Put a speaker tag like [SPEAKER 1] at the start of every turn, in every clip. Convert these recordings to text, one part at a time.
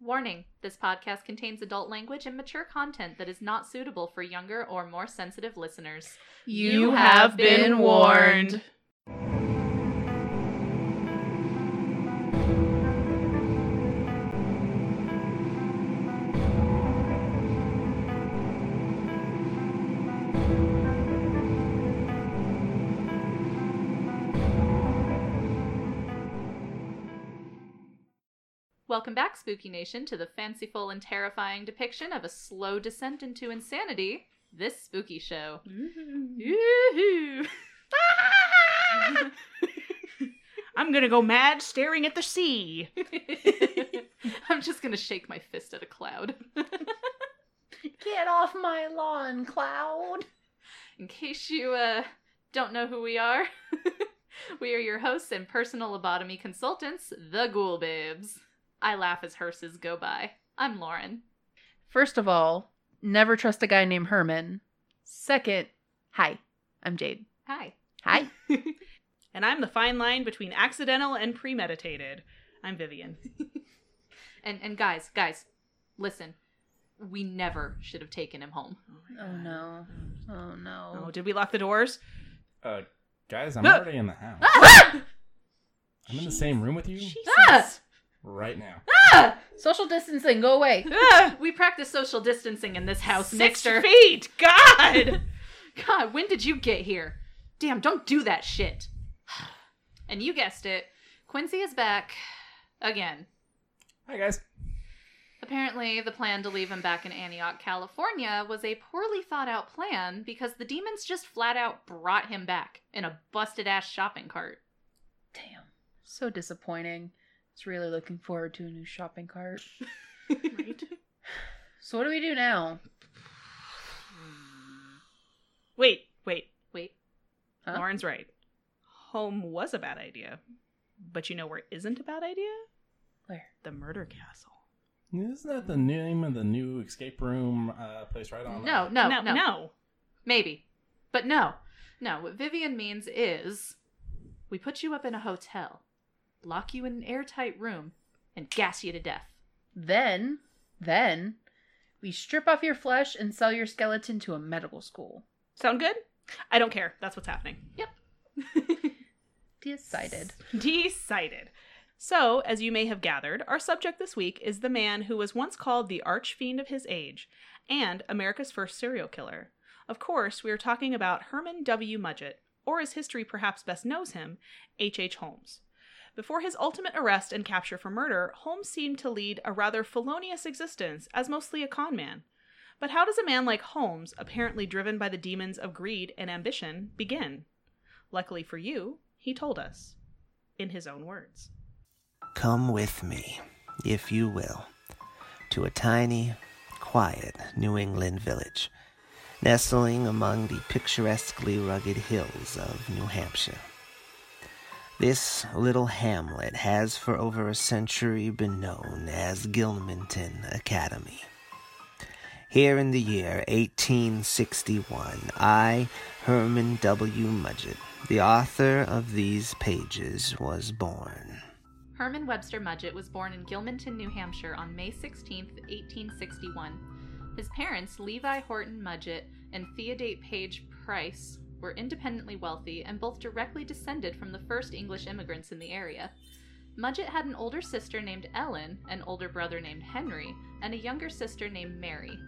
[SPEAKER 1] Warning this podcast contains adult language and mature content that is not suitable for younger or more sensitive listeners. You have been warned. Welcome back, Spooky Nation, to the fanciful and terrifying depiction of a slow descent into insanity. This spooky show.
[SPEAKER 2] Mm-hmm.
[SPEAKER 1] Yoo-hoo.
[SPEAKER 2] I'm gonna go mad staring at the sea.
[SPEAKER 1] I'm just gonna shake my fist at a cloud.
[SPEAKER 3] Get off my lawn, Cloud.
[SPEAKER 1] In case you uh, don't know who we are, we are your hosts and personal lobotomy consultants, the Ghoul Babes. I laugh as hearses go by. I'm Lauren.
[SPEAKER 3] First of all, never trust a guy named Herman. Second, hi, I'm Jade.
[SPEAKER 1] Hi.
[SPEAKER 3] Hi.
[SPEAKER 2] And I'm the fine line between accidental and premeditated. I'm Vivian.
[SPEAKER 1] And and guys, guys, listen. We never should have taken him home.
[SPEAKER 3] Oh no. Oh
[SPEAKER 2] Oh,
[SPEAKER 3] no.
[SPEAKER 2] did we lock the doors?
[SPEAKER 4] Uh, guys, I'm
[SPEAKER 2] Ah!
[SPEAKER 4] already in the house.
[SPEAKER 1] Ah!
[SPEAKER 4] I'm in the same room with you
[SPEAKER 1] Ah!
[SPEAKER 4] right now.
[SPEAKER 3] Ah! Social distancing, go away.
[SPEAKER 2] Ah,
[SPEAKER 1] We practice social distancing in this house,
[SPEAKER 2] six
[SPEAKER 1] mister.
[SPEAKER 2] feet. God.
[SPEAKER 1] God, when did you get here? Damn, don't do that shit. And you guessed it, Quincy is back again.
[SPEAKER 4] Hi, guys.
[SPEAKER 1] Apparently, the plan to leave him back in Antioch, California was a poorly thought out plan because the demons just flat out brought him back in a busted ass shopping cart.
[SPEAKER 3] Damn. So disappointing. It's really looking forward to a new shopping cart. So what do we do now?
[SPEAKER 2] Wait, wait.
[SPEAKER 1] Wait,
[SPEAKER 3] Huh?
[SPEAKER 2] Lauren's right. Home was a bad idea, but you know where isn't a bad idea?
[SPEAKER 3] Where?
[SPEAKER 2] The murder castle.
[SPEAKER 4] Isn't that the name of the new escape room uh, place right on?
[SPEAKER 1] no, no, no,
[SPEAKER 2] no. no.
[SPEAKER 1] Maybe. But no. No, what Vivian means is we put you up in a hotel, lock you in an airtight room, and gas you to death.
[SPEAKER 3] Then, then, we strip off your flesh and sell your skeleton to a medical school.
[SPEAKER 2] Sound good? I don't care. That's what's happening.
[SPEAKER 3] Decided.
[SPEAKER 2] Decided. So, as you may have gathered, our subject this week is the man who was once called the archfiend of his age and America's first serial killer. Of course, we are talking about Herman W. Mudgett, or as history perhaps best knows him, H. H. Holmes. Before his ultimate arrest and capture for murder, Holmes seemed to lead a rather felonious existence as mostly a con man. But how does a man like Holmes, apparently driven by the demons of greed and ambition, begin? Luckily for you, he told us in his own words.
[SPEAKER 5] Come with me, if you will, to a tiny, quiet New England village, nestling among the picturesquely rugged hills of New Hampshire. This little hamlet has for over a century been known as Gilmanton Academy. Here in the year 1861, I, Herman W. Mudgett, the author of these pages, was born.
[SPEAKER 1] Herman Webster Mudgett was born in Gilmanton, New Hampshire on May 16, 1861. His parents, Levi Horton Mudgett and Theodate Page Price, were independently wealthy and both directly descended from the first English immigrants in the area. Mudgett had an older sister named Ellen, an older brother named Henry, and a younger sister named Mary.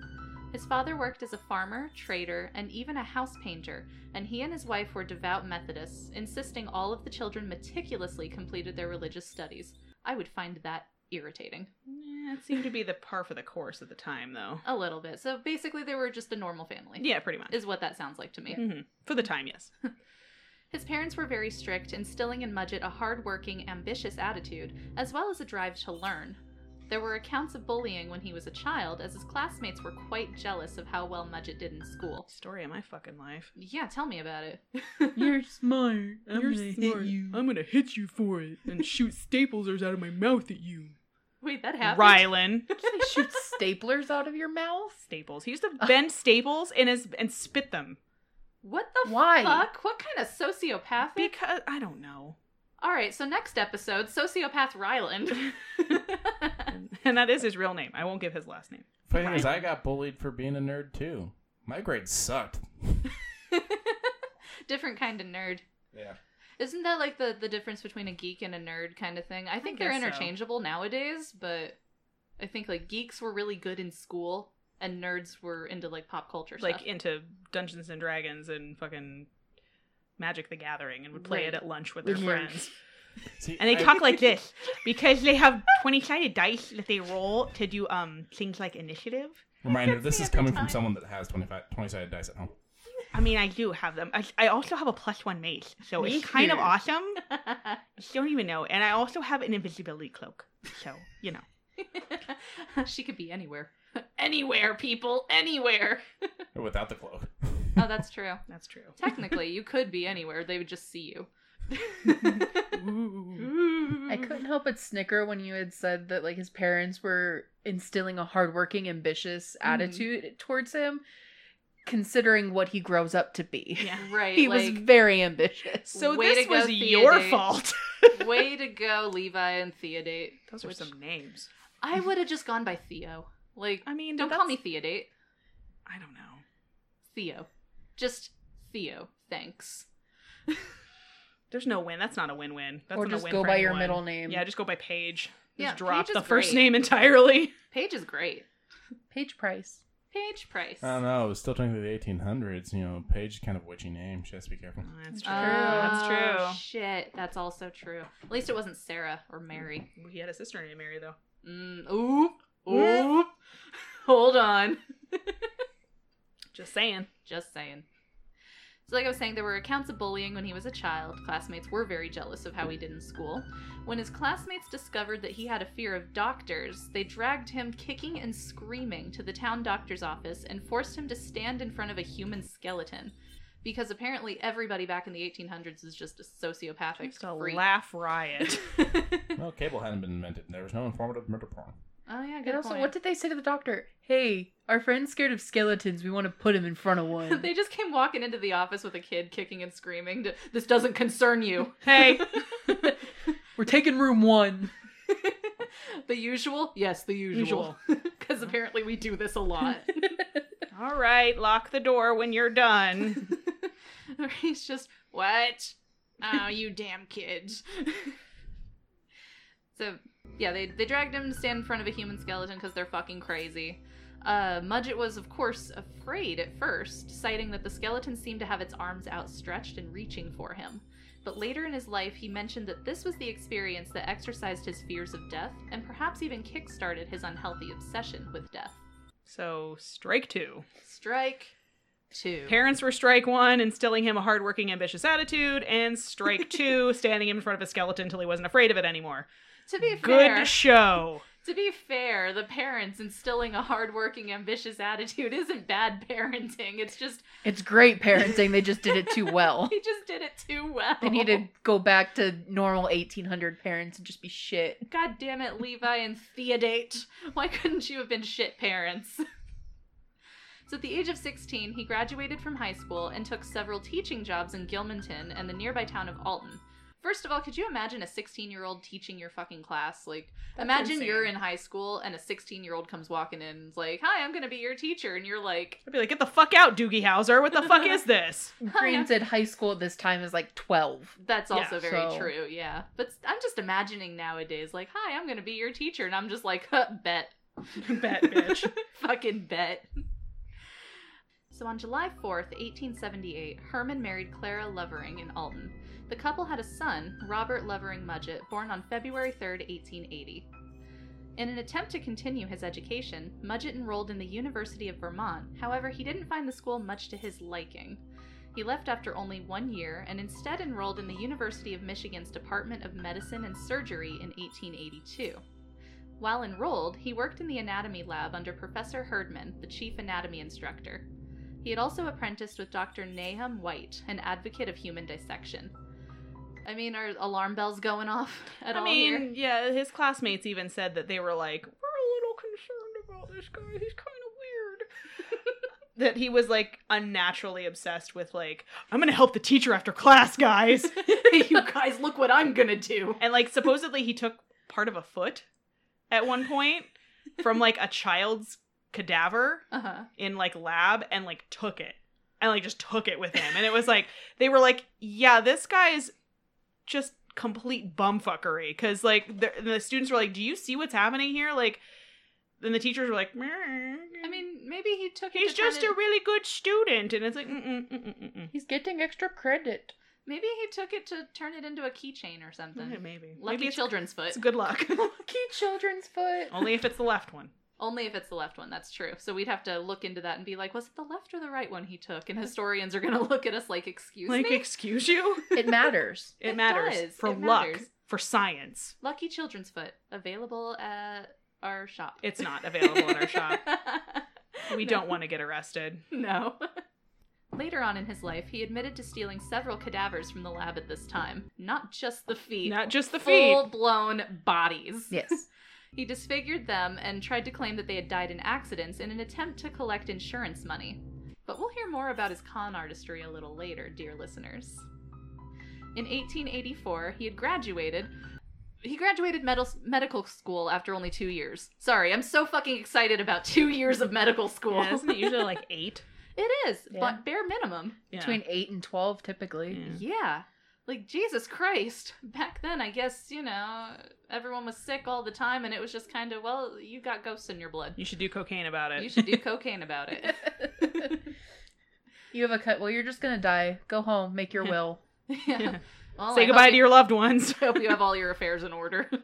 [SPEAKER 1] His father worked as a farmer, trader, and even a house painter, and he and his wife were devout Methodists, insisting all of the children meticulously completed their religious studies. I would find that irritating.
[SPEAKER 2] Yeah, it seemed to be the par for the course at the time, though.
[SPEAKER 1] A little bit. So basically, they were just a normal family.
[SPEAKER 2] Yeah, pretty much.
[SPEAKER 1] Is what that sounds like to me.
[SPEAKER 2] hmm For the time, yes.
[SPEAKER 1] His parents were very strict, instilling in Mudgett a hard-working, ambitious attitude, as well as a drive to learn. There were accounts of bullying when he was a child, as his classmates were quite jealous of how well Mudgett did in school.
[SPEAKER 2] Story of my fucking life.
[SPEAKER 1] Yeah, tell me about it.
[SPEAKER 3] You're smart.
[SPEAKER 2] I'm gonna hit you for it and shoot staplers out of my mouth at you.
[SPEAKER 1] Wait, that happened.
[SPEAKER 2] Rylan.
[SPEAKER 3] They shoot staplers out of your mouth?
[SPEAKER 2] Staples. He used to bend staples in his and spit them
[SPEAKER 1] What the
[SPEAKER 3] Why?
[SPEAKER 1] fuck? What kind of sociopathic?
[SPEAKER 2] because I don't know.
[SPEAKER 1] All right, so next episode, sociopath Ryland.
[SPEAKER 2] And, and that is his real name. I won't give his last name.
[SPEAKER 4] Funny thing is, I got bullied for being a nerd too. My grades sucked.
[SPEAKER 1] Different kind of nerd.
[SPEAKER 4] Yeah.
[SPEAKER 1] Isn't that like the the difference between a geek and a nerd kind of thing? I think they're
[SPEAKER 2] guess so.
[SPEAKER 1] interchangeable nowadays, but I think like geeks were really good in school and nerds were into like pop culture
[SPEAKER 2] Like
[SPEAKER 1] stuff.
[SPEAKER 2] into Dungeons and Dragons and fucking Magic the Gathering and would play
[SPEAKER 1] Right.
[SPEAKER 2] it at lunch with their
[SPEAKER 3] Yeah.
[SPEAKER 2] friends.
[SPEAKER 4] See,
[SPEAKER 2] And they
[SPEAKER 4] I-
[SPEAKER 2] talk like this because they have 20 sided dice that they roll to do um things like initiative.
[SPEAKER 4] Reminder: This
[SPEAKER 1] me
[SPEAKER 4] is
[SPEAKER 1] every
[SPEAKER 4] coming
[SPEAKER 1] time.
[SPEAKER 4] from someone that has 25, 20 sided dice at home.
[SPEAKER 2] I mean, I do have them. I, I also have a plus one mace, so
[SPEAKER 3] Me
[SPEAKER 2] it's kind of
[SPEAKER 3] too.
[SPEAKER 2] awesome. Just don't even know. And I also have an invisibility cloak, so you know.
[SPEAKER 1] she could be anywhere. anywhere, people, anywhere.
[SPEAKER 4] Without the cloak.
[SPEAKER 1] Oh, that's true.
[SPEAKER 2] That's true.
[SPEAKER 1] Technically, you could be anywhere. They would just see you.
[SPEAKER 3] I couldn't help but snicker when you had said that like his parents were instilling a hardworking, ambitious
[SPEAKER 1] Mhm.
[SPEAKER 3] attitude towards him, considering what he grows up to be.
[SPEAKER 2] Yeah.
[SPEAKER 1] Right.
[SPEAKER 3] he
[SPEAKER 1] like,
[SPEAKER 3] was very ambitious.
[SPEAKER 2] So
[SPEAKER 1] Way
[SPEAKER 2] this
[SPEAKER 1] to go,
[SPEAKER 2] was
[SPEAKER 1] Theodate.
[SPEAKER 2] your fault.
[SPEAKER 1] way to go, Levi and Theodate.
[SPEAKER 2] Those are
[SPEAKER 1] Which-
[SPEAKER 2] some names.
[SPEAKER 1] I would have just gone by Theo. Like,
[SPEAKER 2] I mean,
[SPEAKER 1] don't
[SPEAKER 2] that's-
[SPEAKER 1] call me Theodate.
[SPEAKER 2] I don't know.
[SPEAKER 1] Theo. Just Theo. Thanks.
[SPEAKER 2] There's no win. That's not a win-win. That's
[SPEAKER 3] or
[SPEAKER 2] not a
[SPEAKER 3] just
[SPEAKER 2] win
[SPEAKER 3] go
[SPEAKER 2] for
[SPEAKER 3] by your
[SPEAKER 2] anyone.
[SPEAKER 3] middle name.
[SPEAKER 2] Yeah, just go by Paige. Just
[SPEAKER 1] Yeah,
[SPEAKER 2] drop
[SPEAKER 1] Paige is
[SPEAKER 2] the first
[SPEAKER 1] great.
[SPEAKER 2] name entirely.
[SPEAKER 1] Paige is great.
[SPEAKER 3] Paige Price.
[SPEAKER 1] Paige Price.
[SPEAKER 4] I
[SPEAKER 2] Um,
[SPEAKER 4] don't know. It was still technically the 1800s. You know, Paige is kind of a witchy name. She has to be careful.
[SPEAKER 2] That's true.
[SPEAKER 1] Oh,
[SPEAKER 2] That's true.
[SPEAKER 1] Shit, that's also true. At least it wasn't Sarah or Mary.
[SPEAKER 2] He had a sister named Mary though.
[SPEAKER 1] Mm, oop,
[SPEAKER 2] Eh.
[SPEAKER 1] oop. Hold on.
[SPEAKER 2] Just saying.
[SPEAKER 1] Just saying. So, like I was saying, there were accounts of bullying when he was a child. Classmates were very jealous of how he did in school. When his classmates discovered that he had a fear of doctors, they dragged him kicking and screaming to the town doctor's office and forced him to stand in front of a human skeleton. Because apparently everybody back in the 1800s is just a sociopathic
[SPEAKER 2] Just a
[SPEAKER 1] freak.
[SPEAKER 2] laugh riot.
[SPEAKER 4] Well, cable hadn't been invented. There was no informative murder porn.
[SPEAKER 1] Oh yeah, good
[SPEAKER 3] And also,
[SPEAKER 1] point.
[SPEAKER 3] what did they say to the doctor? Hey, our friend's scared of skeletons. We want to put him in front of one.
[SPEAKER 1] they just came walking into the office with a kid kicking and screaming. To, this doesn't concern you.
[SPEAKER 2] hey.
[SPEAKER 3] We're taking room one.
[SPEAKER 1] the usual, yes, the usual. Because apparently we do this a lot.
[SPEAKER 2] All right, lock the door when you're done.
[SPEAKER 1] Or He's just what? Oh, you damn kids. so yeah, they they dragged him to stand in front of a human skeleton because they're fucking crazy. Uh, Mudgett was, of course, afraid at first, citing that the skeleton seemed to have its arms outstretched and reaching for him. But later in his life, he mentioned that this was the experience that exercised his fears of death and perhaps even kickstarted his unhealthy obsession with death.
[SPEAKER 2] So, strike two.
[SPEAKER 1] Strike two.
[SPEAKER 2] Parents were strike one, instilling him a hardworking, ambitious attitude, and strike two, standing him in front of a skeleton till he wasn't afraid of it anymore.
[SPEAKER 1] to be fair,
[SPEAKER 2] Good show.
[SPEAKER 1] To be fair, the parents instilling a hardworking, ambitious attitude isn't bad parenting. It's just
[SPEAKER 3] It's great parenting. They just did it too well.
[SPEAKER 1] he just did it too well.
[SPEAKER 3] They need to go back to normal 1800 parents and just be shit.
[SPEAKER 1] God damn it, Levi and Theodate. Why couldn't you have been shit parents? so at the age of 16, he graduated from high school and took several teaching jobs in Gilmanton and the nearby town of Alton. First of all, could you imagine a 16 year old teaching your fucking class? Like, imagine
[SPEAKER 2] insane.
[SPEAKER 1] you're in high school and a 16 year old comes walking in and's like, Hi, I'm gonna be your teacher. And you're like,
[SPEAKER 2] I'd be like, get the fuck out, Doogie Howser. What the fuck is this?
[SPEAKER 3] Granted, high school at this time is like 12.
[SPEAKER 1] That's
[SPEAKER 2] Yeah,
[SPEAKER 1] also very
[SPEAKER 3] so-
[SPEAKER 1] true, yeah. But s- I'm just imagining nowadays, like, hi, I'm gonna be your teacher, and I'm just like, huh, bet.
[SPEAKER 2] Bet, bitch.
[SPEAKER 1] Fucking bet. So on July 4th, 1878, Herman married Clara Lovering in Alton. The couple had a son, Robert Lovering Mudgett, born on February 3rd, 1880. In an attempt to continue his education, Mudgett enrolled in the University of Vermont. However, he didn't find the school much to his liking. He left after only one year and instead enrolled in the University of Michigan's Department of Medicine and Surgery in 1882. While enrolled, he worked in the anatomy lab under Professor Herdman, the chief anatomy instructor. He had also apprenticed with Dr. Nahum White, an advocate of human dissection. I mean, are alarm bells going off at
[SPEAKER 2] I
[SPEAKER 1] all here?
[SPEAKER 2] mean, yeah, his classmates even said that they were like, we're a little concerned about this guy. He's kind of weird. that he was like unnaturally obsessed with like I'm gonna help the teacher after class, guys.
[SPEAKER 1] you guys, look what I'm gonna do.
[SPEAKER 2] and like supposedly he took part of a foot at one point from like a child's cadaver
[SPEAKER 1] Uh huh.
[SPEAKER 2] in like lab and like took it and like just took it with him and it was like they were like yeah this guy's just complete bumfuckery because like the, the students were like do you see what's happening here like and the teachers were like
[SPEAKER 1] I
[SPEAKER 2] i
[SPEAKER 1] mean, maybe he took. it
[SPEAKER 2] he's
[SPEAKER 1] to try
[SPEAKER 2] just
[SPEAKER 1] to-
[SPEAKER 2] a really good student and it's like "Mm, mm-mm, mm-mm, mm-mm.
[SPEAKER 3] He's getting extra credit.
[SPEAKER 1] Maybe he took it to turn it into a keychain or something.
[SPEAKER 2] Okay, maybe
[SPEAKER 1] Lucky
[SPEAKER 2] maybe it's,
[SPEAKER 1] children's foot.
[SPEAKER 2] it's good luck
[SPEAKER 3] Lucky children's foot.
[SPEAKER 1] Oh.
[SPEAKER 2] only if it's the left one
[SPEAKER 1] Only if it's the left one, that's true. So we'd have to look into that and be like, was it the left or the right one he took? And historians are going to look at us like, excuse
[SPEAKER 2] like
[SPEAKER 1] me?
[SPEAKER 2] excuse you
[SPEAKER 3] It matters.
[SPEAKER 2] it,
[SPEAKER 1] It
[SPEAKER 2] matters
[SPEAKER 1] does.
[SPEAKER 2] for
[SPEAKER 1] It
[SPEAKER 2] luck
[SPEAKER 1] matters.
[SPEAKER 2] for science
[SPEAKER 1] Lucky Children's Foot, available at our shop.
[SPEAKER 2] it's not available in our shop we
[SPEAKER 1] No.
[SPEAKER 2] don't want to get arrested
[SPEAKER 1] No. Later on in his life, he admitted to stealing several cadavers from the lab at this time. Not just the feet.
[SPEAKER 2] not just the feet
[SPEAKER 1] Full blown bodies.
[SPEAKER 3] Yes.
[SPEAKER 1] He disfigured them and tried to claim that they had died in accidents in an attempt to collect insurance money. But we'll hear more about his con artistry a little later, dear listeners. In 1884, he had graduated. He graduated med- medical school after only two years. Sorry, I'm so fucking excited about two years of medical school.
[SPEAKER 2] Yeah, isn't it usually like eight?
[SPEAKER 1] it is,
[SPEAKER 3] Yeah.
[SPEAKER 1] but bare minimum.
[SPEAKER 2] Yeah.
[SPEAKER 3] Between 8 and 12, typically.
[SPEAKER 2] Yeah.
[SPEAKER 1] Yeah. Like, Jesus Christ. Back then, I guess, you know, everyone was sick all the time, and it was just kind of, well, you got ghosts in your blood.
[SPEAKER 2] You should do cocaine about it.
[SPEAKER 1] You should do cocaine about it.
[SPEAKER 3] you have a cut. Well, you're just going to die. Go home. Make your will.
[SPEAKER 1] yeah. Well,
[SPEAKER 2] Say
[SPEAKER 1] I
[SPEAKER 2] goodbye
[SPEAKER 1] hope
[SPEAKER 2] to
[SPEAKER 1] you-
[SPEAKER 2] your loved ones.
[SPEAKER 1] I hope you have all your affairs in order.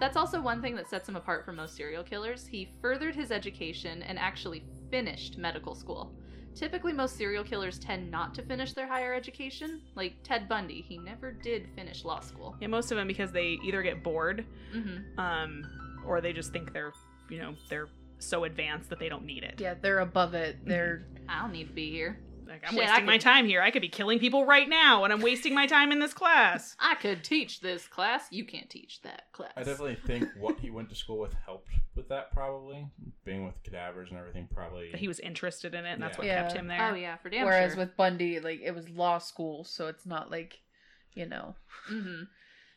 [SPEAKER 1] That's also one thing that sets him apart from most serial killers. He furthered his education and actually finished medical school. Typically, most serial killers tend not to finish their higher education. Like Ted Bundy, he never did finish law school.
[SPEAKER 2] yeah, most of them because they either get bored,
[SPEAKER 1] hmm
[SPEAKER 2] um, or they just think they're, you know, they're so advanced that they don't need it.
[SPEAKER 3] Yeah, they're above it.
[SPEAKER 1] Mm-hmm.
[SPEAKER 3] They're
[SPEAKER 1] I don't need to be here.
[SPEAKER 2] Like I'm
[SPEAKER 1] Shit, I
[SPEAKER 2] wasting my
[SPEAKER 1] could-
[SPEAKER 2] time here. I could be killing people right now, and I'm wasting my time in this class.
[SPEAKER 1] I could teach this class. You can't teach that class.
[SPEAKER 4] I definitely think what he went to school with helped with that, probably. Being with cadavers and everything, probably.
[SPEAKER 2] But he was interested in it, and that's what
[SPEAKER 3] Yeah.
[SPEAKER 2] kept
[SPEAKER 3] Yeah.
[SPEAKER 2] him there.
[SPEAKER 1] Oh yeah, for damn
[SPEAKER 3] whereas
[SPEAKER 1] sure.
[SPEAKER 3] with Bundy, like it was law school, so it's not like, you know,
[SPEAKER 1] hmm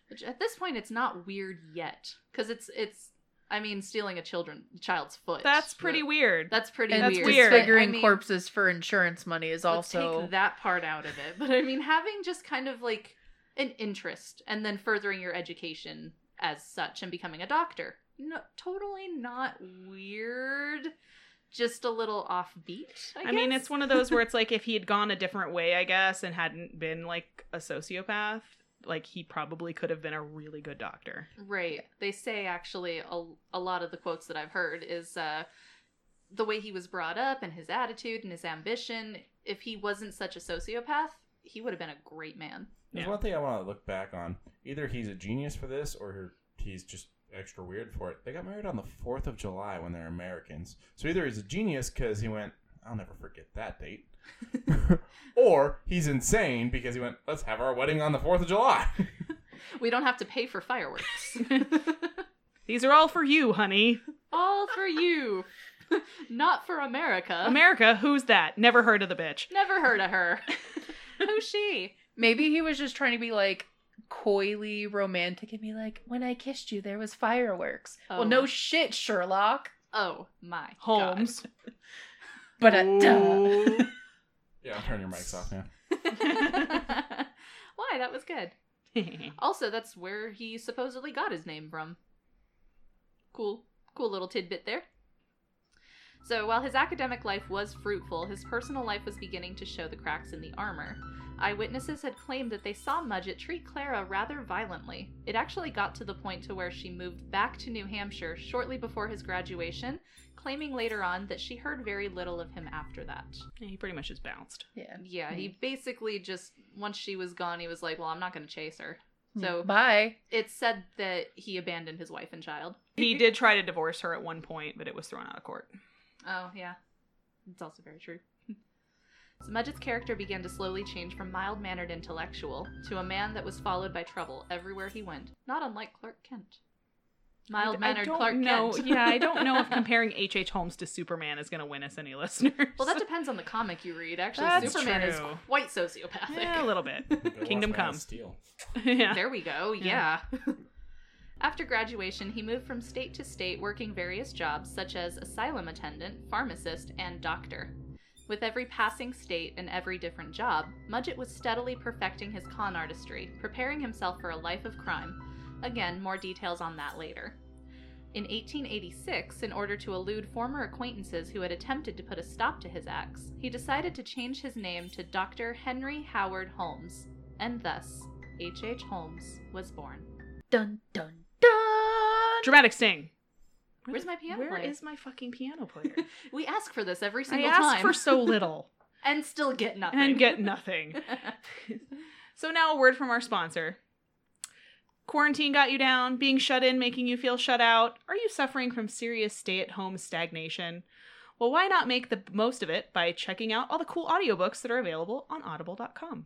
[SPEAKER 1] Which at this point, it's not weird yet, because it's it's. I mean, stealing a children child's foot.
[SPEAKER 2] That's pretty
[SPEAKER 1] But-
[SPEAKER 2] weird.
[SPEAKER 1] That's pretty
[SPEAKER 3] and
[SPEAKER 2] That's
[SPEAKER 1] weird.
[SPEAKER 2] weird.
[SPEAKER 1] But, I
[SPEAKER 3] disfiguring
[SPEAKER 1] mean,
[SPEAKER 3] corpses for insurance money is
[SPEAKER 1] let's
[SPEAKER 3] also
[SPEAKER 1] take that part out of it. But I mean, having just kind of like an interest, and then furthering your education as such, and becoming a doctor. No, totally not weird. Just a little offbeat. I,
[SPEAKER 2] I mean,
[SPEAKER 1] guess?
[SPEAKER 2] it's one of those where it's like if he had gone a different way, I guess, and hadn't been like a sociopath, like he probably could have been a really good doctor.
[SPEAKER 1] Right. They say actually a, a lot of the quotes that I've heard is uh, the way he was brought up and his attitude and his ambition. If he wasn't such a sociopath, he would have been a great man.
[SPEAKER 4] There's
[SPEAKER 2] Yeah.
[SPEAKER 4] one thing I want to look back on. Either he's a genius for this, or he's just extra weird for it. They got married on the Fourth of July when they're Americans. So either he's a genius because he went, "I'll never forget that date," or he's insane because he went, "Let's have our wedding on the Fourth of July."
[SPEAKER 1] We don't have to pay for fireworks.
[SPEAKER 2] These are all for you, honey.
[SPEAKER 1] All for you. Not for America.
[SPEAKER 2] America, who's that? Never heard of the bitch.
[SPEAKER 1] Never heard of her. Who's she?
[SPEAKER 3] maybe he was just trying to be like coyly romantic and be like, when I kissed you, there was fireworks.
[SPEAKER 1] Oh.
[SPEAKER 3] Well, no shit, Sherlock.
[SPEAKER 1] Oh my God.
[SPEAKER 2] Holmes.
[SPEAKER 3] But uh, duh.
[SPEAKER 2] Ooh.
[SPEAKER 4] yeah, I'm turning your mics off now.
[SPEAKER 1] Why? That was good. Also, that's where he supposedly got his name from. Cool, cool little tidbit there. So, while his academic life was fruitful, his personal life was beginning to show the cracks in the armor. Eyewitnesses had claimed that they saw Mudgett treat Clara rather violently. It actually got to the point to where she moved back to New Hampshire shortly before his graduation, claiming later on that she heard very little of him after that. Hmm.
[SPEAKER 2] he pretty much is bounced.
[SPEAKER 3] Yeah.
[SPEAKER 1] Yeah, he basically just once she was gone, he was like, "Well, I'm not going to chase her." So,
[SPEAKER 3] Mm, bye.
[SPEAKER 1] it's said that he abandoned his wife and child.
[SPEAKER 2] He did try to divorce her at one point, but it was thrown out of court.
[SPEAKER 1] Oh, yeah. It's also very true. so Mudgett's character began to slowly change from mild mannered intellectual to a man that was followed by trouble everywhere he went, not unlike Clark Kent. Mild mannered
[SPEAKER 2] don't
[SPEAKER 1] Clark
[SPEAKER 2] know.
[SPEAKER 1] Kent.
[SPEAKER 2] yeah, I don't know if comparing H.H. H. Holmes to Superman is going to win us any listeners.
[SPEAKER 1] Well, that depends on the comic you read. Actually,
[SPEAKER 2] That's
[SPEAKER 1] Superman is
[SPEAKER 2] true.
[SPEAKER 1] quite sociopathic.
[SPEAKER 2] yeah, a little bit.
[SPEAKER 4] Go
[SPEAKER 2] Kingdom
[SPEAKER 4] watch Man
[SPEAKER 2] Come.
[SPEAKER 4] of Steel.
[SPEAKER 2] yeah.
[SPEAKER 1] There we go. Yeah.
[SPEAKER 2] Yeah.
[SPEAKER 1] After graduation, he moved from state to state working various jobs such as asylum attendant, pharmacist, and doctor. With every passing state and every different job, Mudgett was steadily perfecting his con artistry, preparing himself for a life of crime. Again, more details on that later. In 1886, in order to elude former acquaintances who had attempted to put a stop to his acts, he decided to change his name to Dr. Henry Howard Holmes, and thus H.H. H. Holmes was born.
[SPEAKER 3] Dun dun dun.
[SPEAKER 2] Dramatic sting.
[SPEAKER 1] Where's my piano
[SPEAKER 2] Where
[SPEAKER 1] player?
[SPEAKER 2] is my fucking piano player?
[SPEAKER 1] We ask for this every
[SPEAKER 2] I
[SPEAKER 1] single
[SPEAKER 2] asked
[SPEAKER 1] time
[SPEAKER 2] for so little
[SPEAKER 1] and still get nothing.
[SPEAKER 2] and get nothing. So now a word from our sponsor. Quarantine got you down, being shut in making you feel shut out. Are you suffering from serious stay-at-home stagnation? Well, why not make the most of it by checking out all the cool audiobooks that are available on audible.com.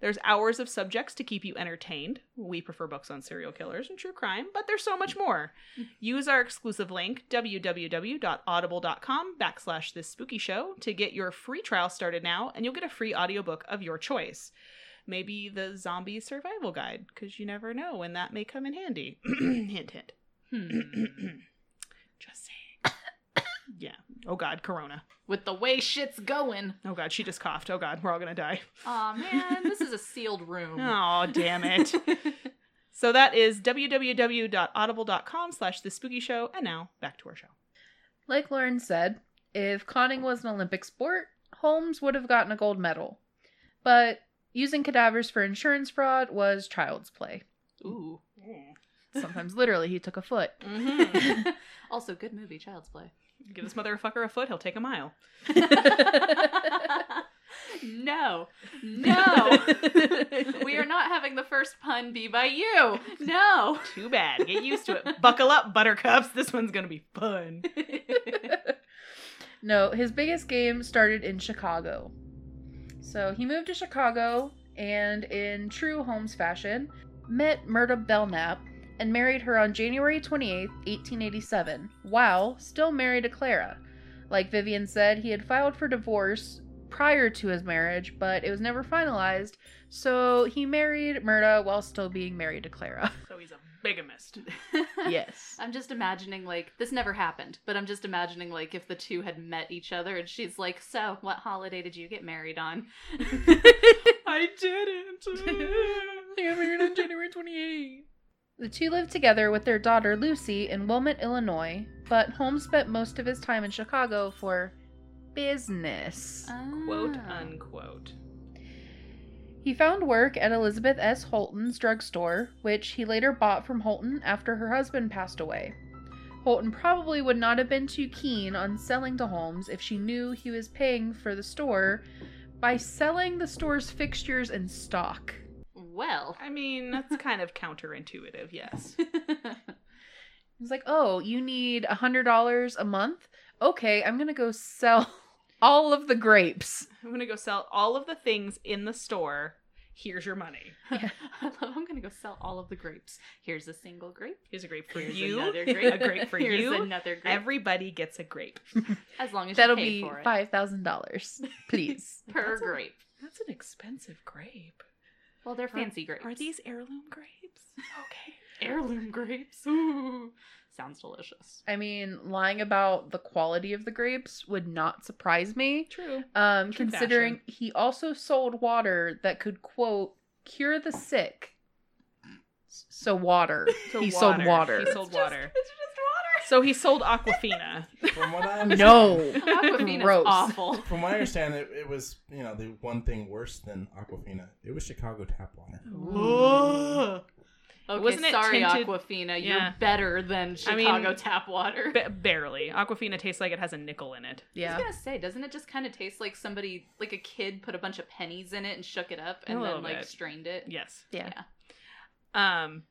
[SPEAKER 2] There's hours of subjects to keep you entertained. We prefer books on serial killers and true crime, but there's so much more. Use our exclusive link, www.audible.com backslash this spooky show, to get your free trial started now, and you'll get a free audiobook of your choice maybe the zombie survival guide because you never know when that may come in handy hint hint
[SPEAKER 1] Hmm.
[SPEAKER 2] just saying yeah oh god corona
[SPEAKER 1] With the way shit's going.
[SPEAKER 2] oh god she just coughed oh god we're all gonna die
[SPEAKER 1] Aw, man, this is a sealed room.
[SPEAKER 2] oh damn it so that is www.audible.com slash the spooky show and now back to our show
[SPEAKER 3] Like Lauren said, if conning was an Olympic sport, Holmes would have gotten a gold medal. But using cadavers for insurance fraud was child's play.
[SPEAKER 1] Ooh.
[SPEAKER 3] Sometimes literally he took a foot.
[SPEAKER 2] Mhm.
[SPEAKER 1] Mm-hmm. also, good movie, Child's Play.
[SPEAKER 2] give this motherfucker a foot he'll take a mile
[SPEAKER 1] no. No. we are not having the first pun be by you. No.
[SPEAKER 2] too bad get used to it buckle up buttercups this one's gonna be fun
[SPEAKER 3] no, his biggest game started in Chicago. So he moved to Chicago and, in true Holmes fashion, met Myrta Belknap and married her on January 28, 1887, while still married to Clara. Like Vivian said, he had filed for divorce prior to his marriage, but it was never finalized, so he married Myrta while still being married to Clara.
[SPEAKER 2] so he's a bigamist
[SPEAKER 3] yes.
[SPEAKER 1] I'm just imagining like this never happened, but I'm just imagining like if the two had met each other and she's like, "So, what holiday did you get married on?"
[SPEAKER 2] I didn't.
[SPEAKER 3] on January 28. The two lived together with their daughter Lucy in Wilmot, Illinois, but Holmes spent most of his time in Chicago for business.
[SPEAKER 2] Quote
[SPEAKER 1] Ah.
[SPEAKER 2] unquote.
[SPEAKER 3] He found work at Elizabeth S. Holton's drugstore, which he later bought from Holton after her husband passed away. Holton probably would not have been too keen on selling to Holmes if she knew he was paying for the store by selling the store's fixtures and stock.
[SPEAKER 1] Well,
[SPEAKER 2] I mean, that's kind of counterintuitive, yes.
[SPEAKER 3] He's like, oh, you need a hundred dollars a month? Okay, I'm gonna go sell all of the grapes.
[SPEAKER 2] I'm gonna go sell all of the things in the store. Here's your money.
[SPEAKER 1] I love. I'm gonna go sell all of the grapes. Here's a single grape.
[SPEAKER 2] Here's a grape for
[SPEAKER 1] Here's
[SPEAKER 2] you.
[SPEAKER 1] another grape.
[SPEAKER 2] A grape for
[SPEAKER 1] Here's
[SPEAKER 2] you.
[SPEAKER 1] Another grape.
[SPEAKER 2] Everybody gets a grape.
[SPEAKER 1] as long as
[SPEAKER 3] That'll
[SPEAKER 1] you pay
[SPEAKER 3] be
[SPEAKER 1] for it.
[SPEAKER 3] five thousand dollars, please.
[SPEAKER 1] per
[SPEAKER 2] That's a-
[SPEAKER 1] grape.
[SPEAKER 2] That's an expensive grape.
[SPEAKER 1] Well, they're fancy grapes.
[SPEAKER 2] Are these heirloom grapes? Okay.
[SPEAKER 1] heirloom grapes? Ooh, sounds delicious.
[SPEAKER 3] I mean, lying about the quality of the grapes would not surprise me.
[SPEAKER 2] True.
[SPEAKER 3] Um,
[SPEAKER 2] True
[SPEAKER 3] considering
[SPEAKER 2] fashion.
[SPEAKER 3] he also sold water that could quote cure the sick. S- So water.
[SPEAKER 2] So
[SPEAKER 3] he sold water.
[SPEAKER 2] He sold water.
[SPEAKER 1] It's just
[SPEAKER 2] So he sold Aquafina.
[SPEAKER 4] From what I understand,
[SPEAKER 3] no.
[SPEAKER 1] water. Aquafina's
[SPEAKER 3] Gross.
[SPEAKER 1] awful.
[SPEAKER 4] From what I understand, it, it was you know the one thing worse than Aquafina. It was Chicago tap water.
[SPEAKER 1] Ugh. Okay,
[SPEAKER 2] Wasn't it
[SPEAKER 1] sorry,
[SPEAKER 2] tinted-
[SPEAKER 1] Aquafina.
[SPEAKER 2] Yeah.
[SPEAKER 1] You're better than
[SPEAKER 2] I
[SPEAKER 1] Chicago
[SPEAKER 2] mean-
[SPEAKER 1] tap water.
[SPEAKER 2] Ba- barely. Aquafina tastes like it has a nickel in it.
[SPEAKER 1] I
[SPEAKER 3] Yeah.
[SPEAKER 1] was gonna say, doesn't it just kind of taste like somebody, like a kid, put a bunch of pennies in it and shook it up,
[SPEAKER 2] A
[SPEAKER 1] and
[SPEAKER 2] little
[SPEAKER 1] then like
[SPEAKER 2] bit.
[SPEAKER 1] strained it?
[SPEAKER 2] Yes.
[SPEAKER 3] Yeah.
[SPEAKER 2] Um,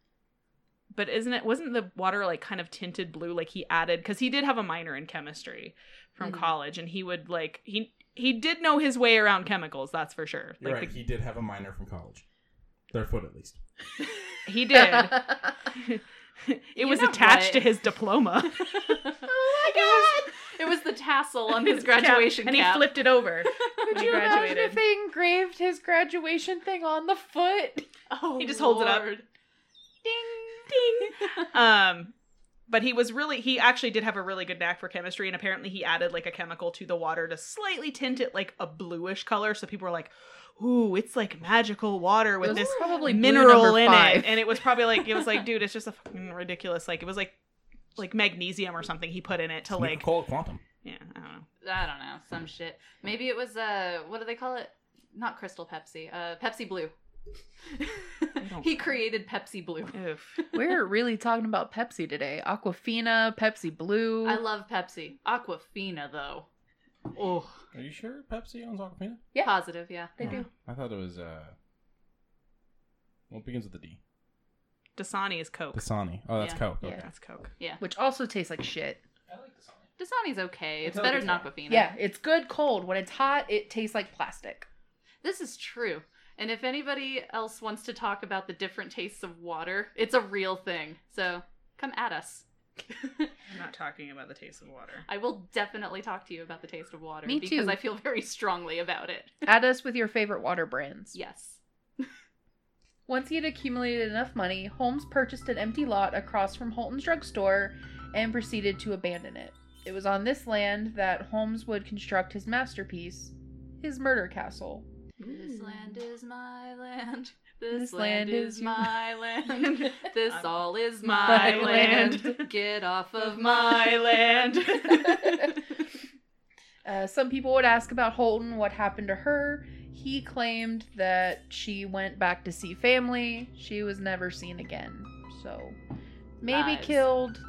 [SPEAKER 2] but isn't it wasn't the water like kind of tinted blue? Like he added because he did have a minor in chemistry from
[SPEAKER 1] Mhm.
[SPEAKER 2] college, and he would like he he did know his way around chemicals. That's for sure.
[SPEAKER 4] You're
[SPEAKER 2] like
[SPEAKER 4] right. He did have a minor from college. Their foot, at least.
[SPEAKER 2] the, he did. it
[SPEAKER 1] You
[SPEAKER 2] was
[SPEAKER 1] know what?
[SPEAKER 2] attached to his diploma.
[SPEAKER 1] oh my god! It was, it was the tassel on his
[SPEAKER 2] cap,
[SPEAKER 1] graduation
[SPEAKER 2] and
[SPEAKER 1] cap.
[SPEAKER 2] he flipped it over.
[SPEAKER 3] Could
[SPEAKER 2] He
[SPEAKER 3] you imagine
[SPEAKER 2] graduated.
[SPEAKER 3] if they engraved his graduation thing on the foot?
[SPEAKER 1] Oh,
[SPEAKER 2] He just holds it up.
[SPEAKER 1] Lord.
[SPEAKER 2] Ding ding. um, but he was really he actually did have a really good knack for chemistry, and apparently he added like a chemical to the water to slightly tint it like a bluish color. So people were like, "Ooh, it's like magical water with
[SPEAKER 3] It was
[SPEAKER 2] this
[SPEAKER 3] probably blue
[SPEAKER 2] mineral
[SPEAKER 3] number
[SPEAKER 2] in
[SPEAKER 3] five.
[SPEAKER 2] it and it was probably like it was like dude it's just a fucking ridiculous like it was like like magnesium or something he put in it to like
[SPEAKER 4] Nicole Quantum.
[SPEAKER 2] yeah i don't know
[SPEAKER 1] I don't know, some shit. Maybe it was uh, what do they call it? Not Crystal Pepsi. Uh, Pepsi Blue.
[SPEAKER 2] don't-
[SPEAKER 1] he created Pepsi Blue.
[SPEAKER 2] Oof.
[SPEAKER 3] We're really talking about Pepsi today. Aquafina, Pepsi Blue.
[SPEAKER 1] I love Pepsi. Aquafina though. Oh,
[SPEAKER 4] Are you sure Pepsi owns Aquafina?
[SPEAKER 3] Yeah.
[SPEAKER 1] positive, yeah.
[SPEAKER 3] They do.
[SPEAKER 4] I thought it was uh. Well, it begins with a D.
[SPEAKER 2] Dasani is coke
[SPEAKER 4] Dasani. Oh, that's
[SPEAKER 1] Yeah.
[SPEAKER 4] Coke.
[SPEAKER 3] Yeah.
[SPEAKER 4] Okay.
[SPEAKER 2] that's coke
[SPEAKER 3] Which also tastes like shit.
[SPEAKER 4] I like Dasani.
[SPEAKER 1] Dasani's okay. It's
[SPEAKER 4] Until
[SPEAKER 1] better
[SPEAKER 4] it's
[SPEAKER 1] than
[SPEAKER 4] hot.
[SPEAKER 1] Aquafina.
[SPEAKER 3] Yeah, it's good cold. When it's hot, it tastes like plastic.
[SPEAKER 1] This is true. And if anybody else wants to talk about the different tastes of water, it's a real thing. So come at us.
[SPEAKER 2] i'm not talking about the taste of water
[SPEAKER 1] I will definitely talk to you about the taste of water
[SPEAKER 3] Me
[SPEAKER 1] because
[SPEAKER 3] too.
[SPEAKER 1] I feel very strongly about it.
[SPEAKER 3] Add us with your favorite water brands.
[SPEAKER 1] Yes.
[SPEAKER 3] Once he had accumulated enough money, Holmes purchased an empty lot across from Holton's drugstore and proceeded to abandon it. It was on this land that Holmes would construct his masterpiece, his murder castle.
[SPEAKER 2] Hmm.
[SPEAKER 1] This land is my land. This,
[SPEAKER 3] This
[SPEAKER 1] land,
[SPEAKER 3] land
[SPEAKER 1] is
[SPEAKER 3] is your-
[SPEAKER 1] my land. This
[SPEAKER 2] I'm-
[SPEAKER 1] all is my,
[SPEAKER 2] my
[SPEAKER 1] land.
[SPEAKER 2] land.
[SPEAKER 1] Get off of my land.
[SPEAKER 3] Uh, some people would ask about Holton, what happened to her. He claimed that she went back to see family. She was never seen again. So maybe
[SPEAKER 1] Lies.
[SPEAKER 3] killed,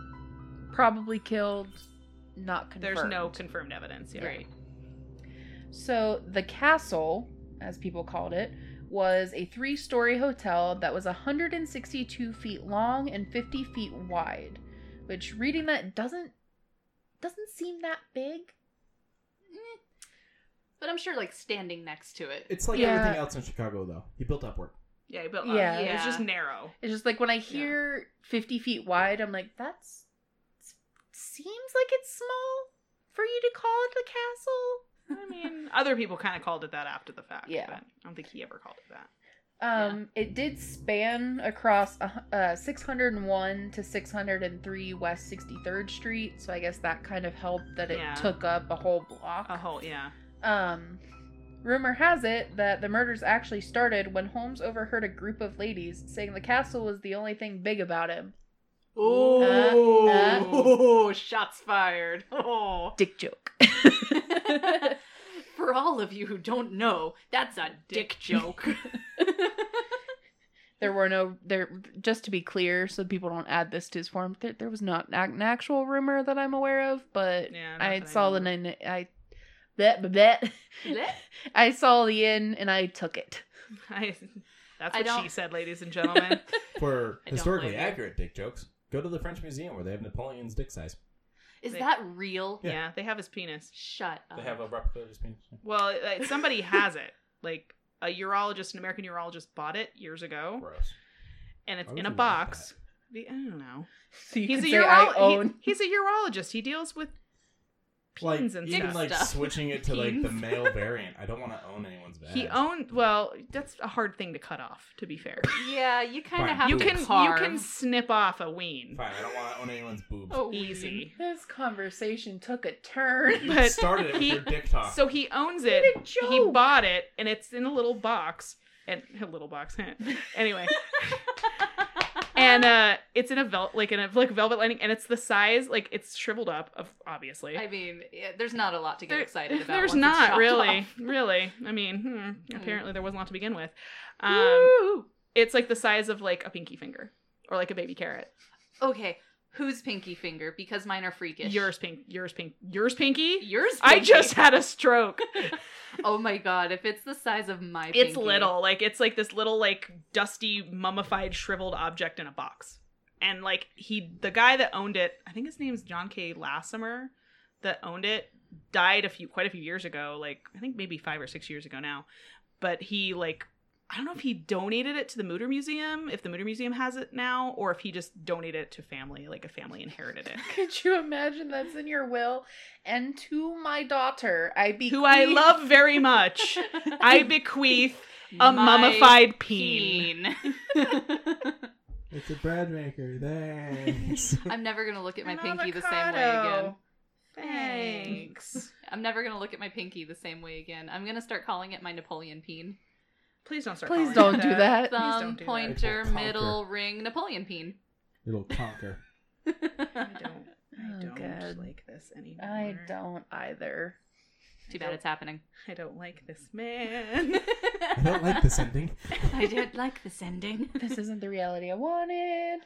[SPEAKER 3] probably killed, not confirmed.
[SPEAKER 2] there's no confirmed evidence yeah
[SPEAKER 1] Great.
[SPEAKER 3] So the castle, as people called it, was a three story hotel that was 162 feet long and 50 feet wide, which reading that doesn't doesn't seem that big.
[SPEAKER 1] Eh. But I'm sure, like, standing next to it.
[SPEAKER 4] It's like
[SPEAKER 3] Yeah.
[SPEAKER 4] everything else in Chicago, though. He built upward.
[SPEAKER 2] yeah but
[SPEAKER 3] Yeah.
[SPEAKER 2] yeah it's just
[SPEAKER 1] Yeah.
[SPEAKER 2] narrow
[SPEAKER 3] It's just like when I hear 50 feet wide, I'm like, that's seems like it's small for you to call it a castle.
[SPEAKER 2] i mean other people kind of called it that after the fact
[SPEAKER 3] Yeah.
[SPEAKER 2] but i don't think he ever called it that
[SPEAKER 3] Um, it did span across uh, uh, 601 to 603 West 63rd Street, so I guess that kind of helped that it
[SPEAKER 2] Yeah.
[SPEAKER 3] took up a whole block.
[SPEAKER 2] a whole yeah
[SPEAKER 3] Um, rumor has it that the murders actually started when Holmes overheard a group of ladies saying the castle was the only thing big about him.
[SPEAKER 1] Oh,
[SPEAKER 3] Uh, uh.
[SPEAKER 2] Oh.
[SPEAKER 1] shots fired. Oh.
[SPEAKER 3] Dick joke.
[SPEAKER 1] For all of you who don't know, that's a dick joke.
[SPEAKER 3] There were no there. Just to be clear, so people don't add this to his form, there, there was not ac- an actual rumor that I'm aware of, but
[SPEAKER 2] yeah not
[SPEAKER 3] I
[SPEAKER 2] that
[SPEAKER 3] saw the
[SPEAKER 2] know.
[SPEAKER 3] nin- I bet bet
[SPEAKER 1] Blech.
[SPEAKER 3] I saw the in and I took it.
[SPEAKER 2] I, that's
[SPEAKER 1] I
[SPEAKER 2] what
[SPEAKER 1] don't-
[SPEAKER 2] she said ladies and gentlemen
[SPEAKER 4] For
[SPEAKER 1] I don't
[SPEAKER 4] historically
[SPEAKER 1] blame you.
[SPEAKER 4] accurate dick jokes, go to the French Museum where they have Napoleon's dick size.
[SPEAKER 1] Uh-huh. Is
[SPEAKER 2] They-
[SPEAKER 1] that real?
[SPEAKER 2] yeah. they have his penis
[SPEAKER 1] Shut up.
[SPEAKER 4] They have a replica of his penis.
[SPEAKER 2] well like, somebody has it like a urologist an american urologist bought it years ago
[SPEAKER 4] Gross.
[SPEAKER 2] and it's
[SPEAKER 4] Why would
[SPEAKER 2] in a
[SPEAKER 4] you want
[SPEAKER 2] box. The, I don't know.
[SPEAKER 3] So you
[SPEAKER 2] He's a,
[SPEAKER 3] can say I
[SPEAKER 2] urologist.
[SPEAKER 3] own.
[SPEAKER 2] he's a urologist. He deals with
[SPEAKER 4] Like
[SPEAKER 2] Pins and
[SPEAKER 4] even
[SPEAKER 2] stuff.
[SPEAKER 4] like
[SPEAKER 1] Stuff.
[SPEAKER 4] switching it to like the
[SPEAKER 1] Pins.
[SPEAKER 4] male variant. I don't want to own anyone's bag.
[SPEAKER 2] he owned. Well, that's a hard thing to cut off. To be fair,
[SPEAKER 1] Yeah, you kind
[SPEAKER 4] Fine.
[SPEAKER 1] of have
[SPEAKER 2] you
[SPEAKER 1] to
[SPEAKER 2] can
[SPEAKER 1] carve.
[SPEAKER 2] you can snip off a ween
[SPEAKER 4] Fine, I don't want to own anyone's boobs.
[SPEAKER 1] Oh,
[SPEAKER 2] easy.
[SPEAKER 3] This conversation took a turn.
[SPEAKER 4] you
[SPEAKER 2] but
[SPEAKER 4] started it with
[SPEAKER 2] he-
[SPEAKER 4] your dick talk.
[SPEAKER 2] So he owns
[SPEAKER 3] What
[SPEAKER 2] it.
[SPEAKER 3] a
[SPEAKER 2] He
[SPEAKER 3] joke.
[SPEAKER 2] bought it, and it's in a little box. And a little box. anyway, and uh, it's in a vel- like in a like velvet lining, and it's the size like it's shriveled up. Of obviously,
[SPEAKER 1] I mean, yeah, there's not a lot to get
[SPEAKER 2] There-
[SPEAKER 1] excited about.
[SPEAKER 2] There's
[SPEAKER 1] once it's
[SPEAKER 2] not
[SPEAKER 1] chopped
[SPEAKER 2] really,
[SPEAKER 1] off.
[SPEAKER 2] really. I mean, hmm, apparently there wasn't a lot to begin with. Um,
[SPEAKER 1] Woo!
[SPEAKER 2] it's like the size of like a pinky finger or like a baby carrot.
[SPEAKER 1] Okay, whose pinky finger? Because mine are freakish.
[SPEAKER 2] Yours pink, yours pink, yours pinky.
[SPEAKER 1] Yours.
[SPEAKER 2] I
[SPEAKER 1] pinky.
[SPEAKER 2] just had a stroke.
[SPEAKER 1] Oh my god! If it's the size of my,
[SPEAKER 2] it's
[SPEAKER 1] pinky-
[SPEAKER 2] little, like it's like this little like dusty mummified shriveled object in a box. And like he, the guy that owned it, I think his name's John K. Lassimer, that owned it, died a few quite a few years ago. Like I think maybe five or six years ago now. But he like I don't know if he donated it to the Mutter Museum, if the Mutter Museum has it now, or if he just donated it to family, like a family inherited it.
[SPEAKER 3] Could you imagine that's in your will? And to my daughter, I bequeath.
[SPEAKER 2] Who I love very much. I bequeath a
[SPEAKER 1] My
[SPEAKER 2] mummified peen.
[SPEAKER 1] peen.
[SPEAKER 4] It's a bread maker. Thanks.
[SPEAKER 1] I'm never gonna look at my
[SPEAKER 3] an
[SPEAKER 1] pinky the same way again.
[SPEAKER 3] avocado.
[SPEAKER 2] Thanks.
[SPEAKER 1] I'm never gonna look at my pinky the same way again. I'm gonna start calling it my Napoleon peen.
[SPEAKER 2] Please don't start.
[SPEAKER 3] Please
[SPEAKER 2] calling it
[SPEAKER 3] don't do that.
[SPEAKER 1] Thumb,
[SPEAKER 2] do that.
[SPEAKER 1] pointer,
[SPEAKER 4] Conquer.
[SPEAKER 1] middle, ring, Napoleon peen.
[SPEAKER 4] It'll conquer.
[SPEAKER 2] I
[SPEAKER 1] Too
[SPEAKER 2] don't. I
[SPEAKER 3] Oh,
[SPEAKER 2] don't
[SPEAKER 3] God.
[SPEAKER 2] like this anymore.
[SPEAKER 3] I don't either.
[SPEAKER 1] bad it's happening.
[SPEAKER 2] I don't like this man.
[SPEAKER 4] I don't like this ending.
[SPEAKER 1] I don't like this ending.
[SPEAKER 3] This isn't the reality I wanted.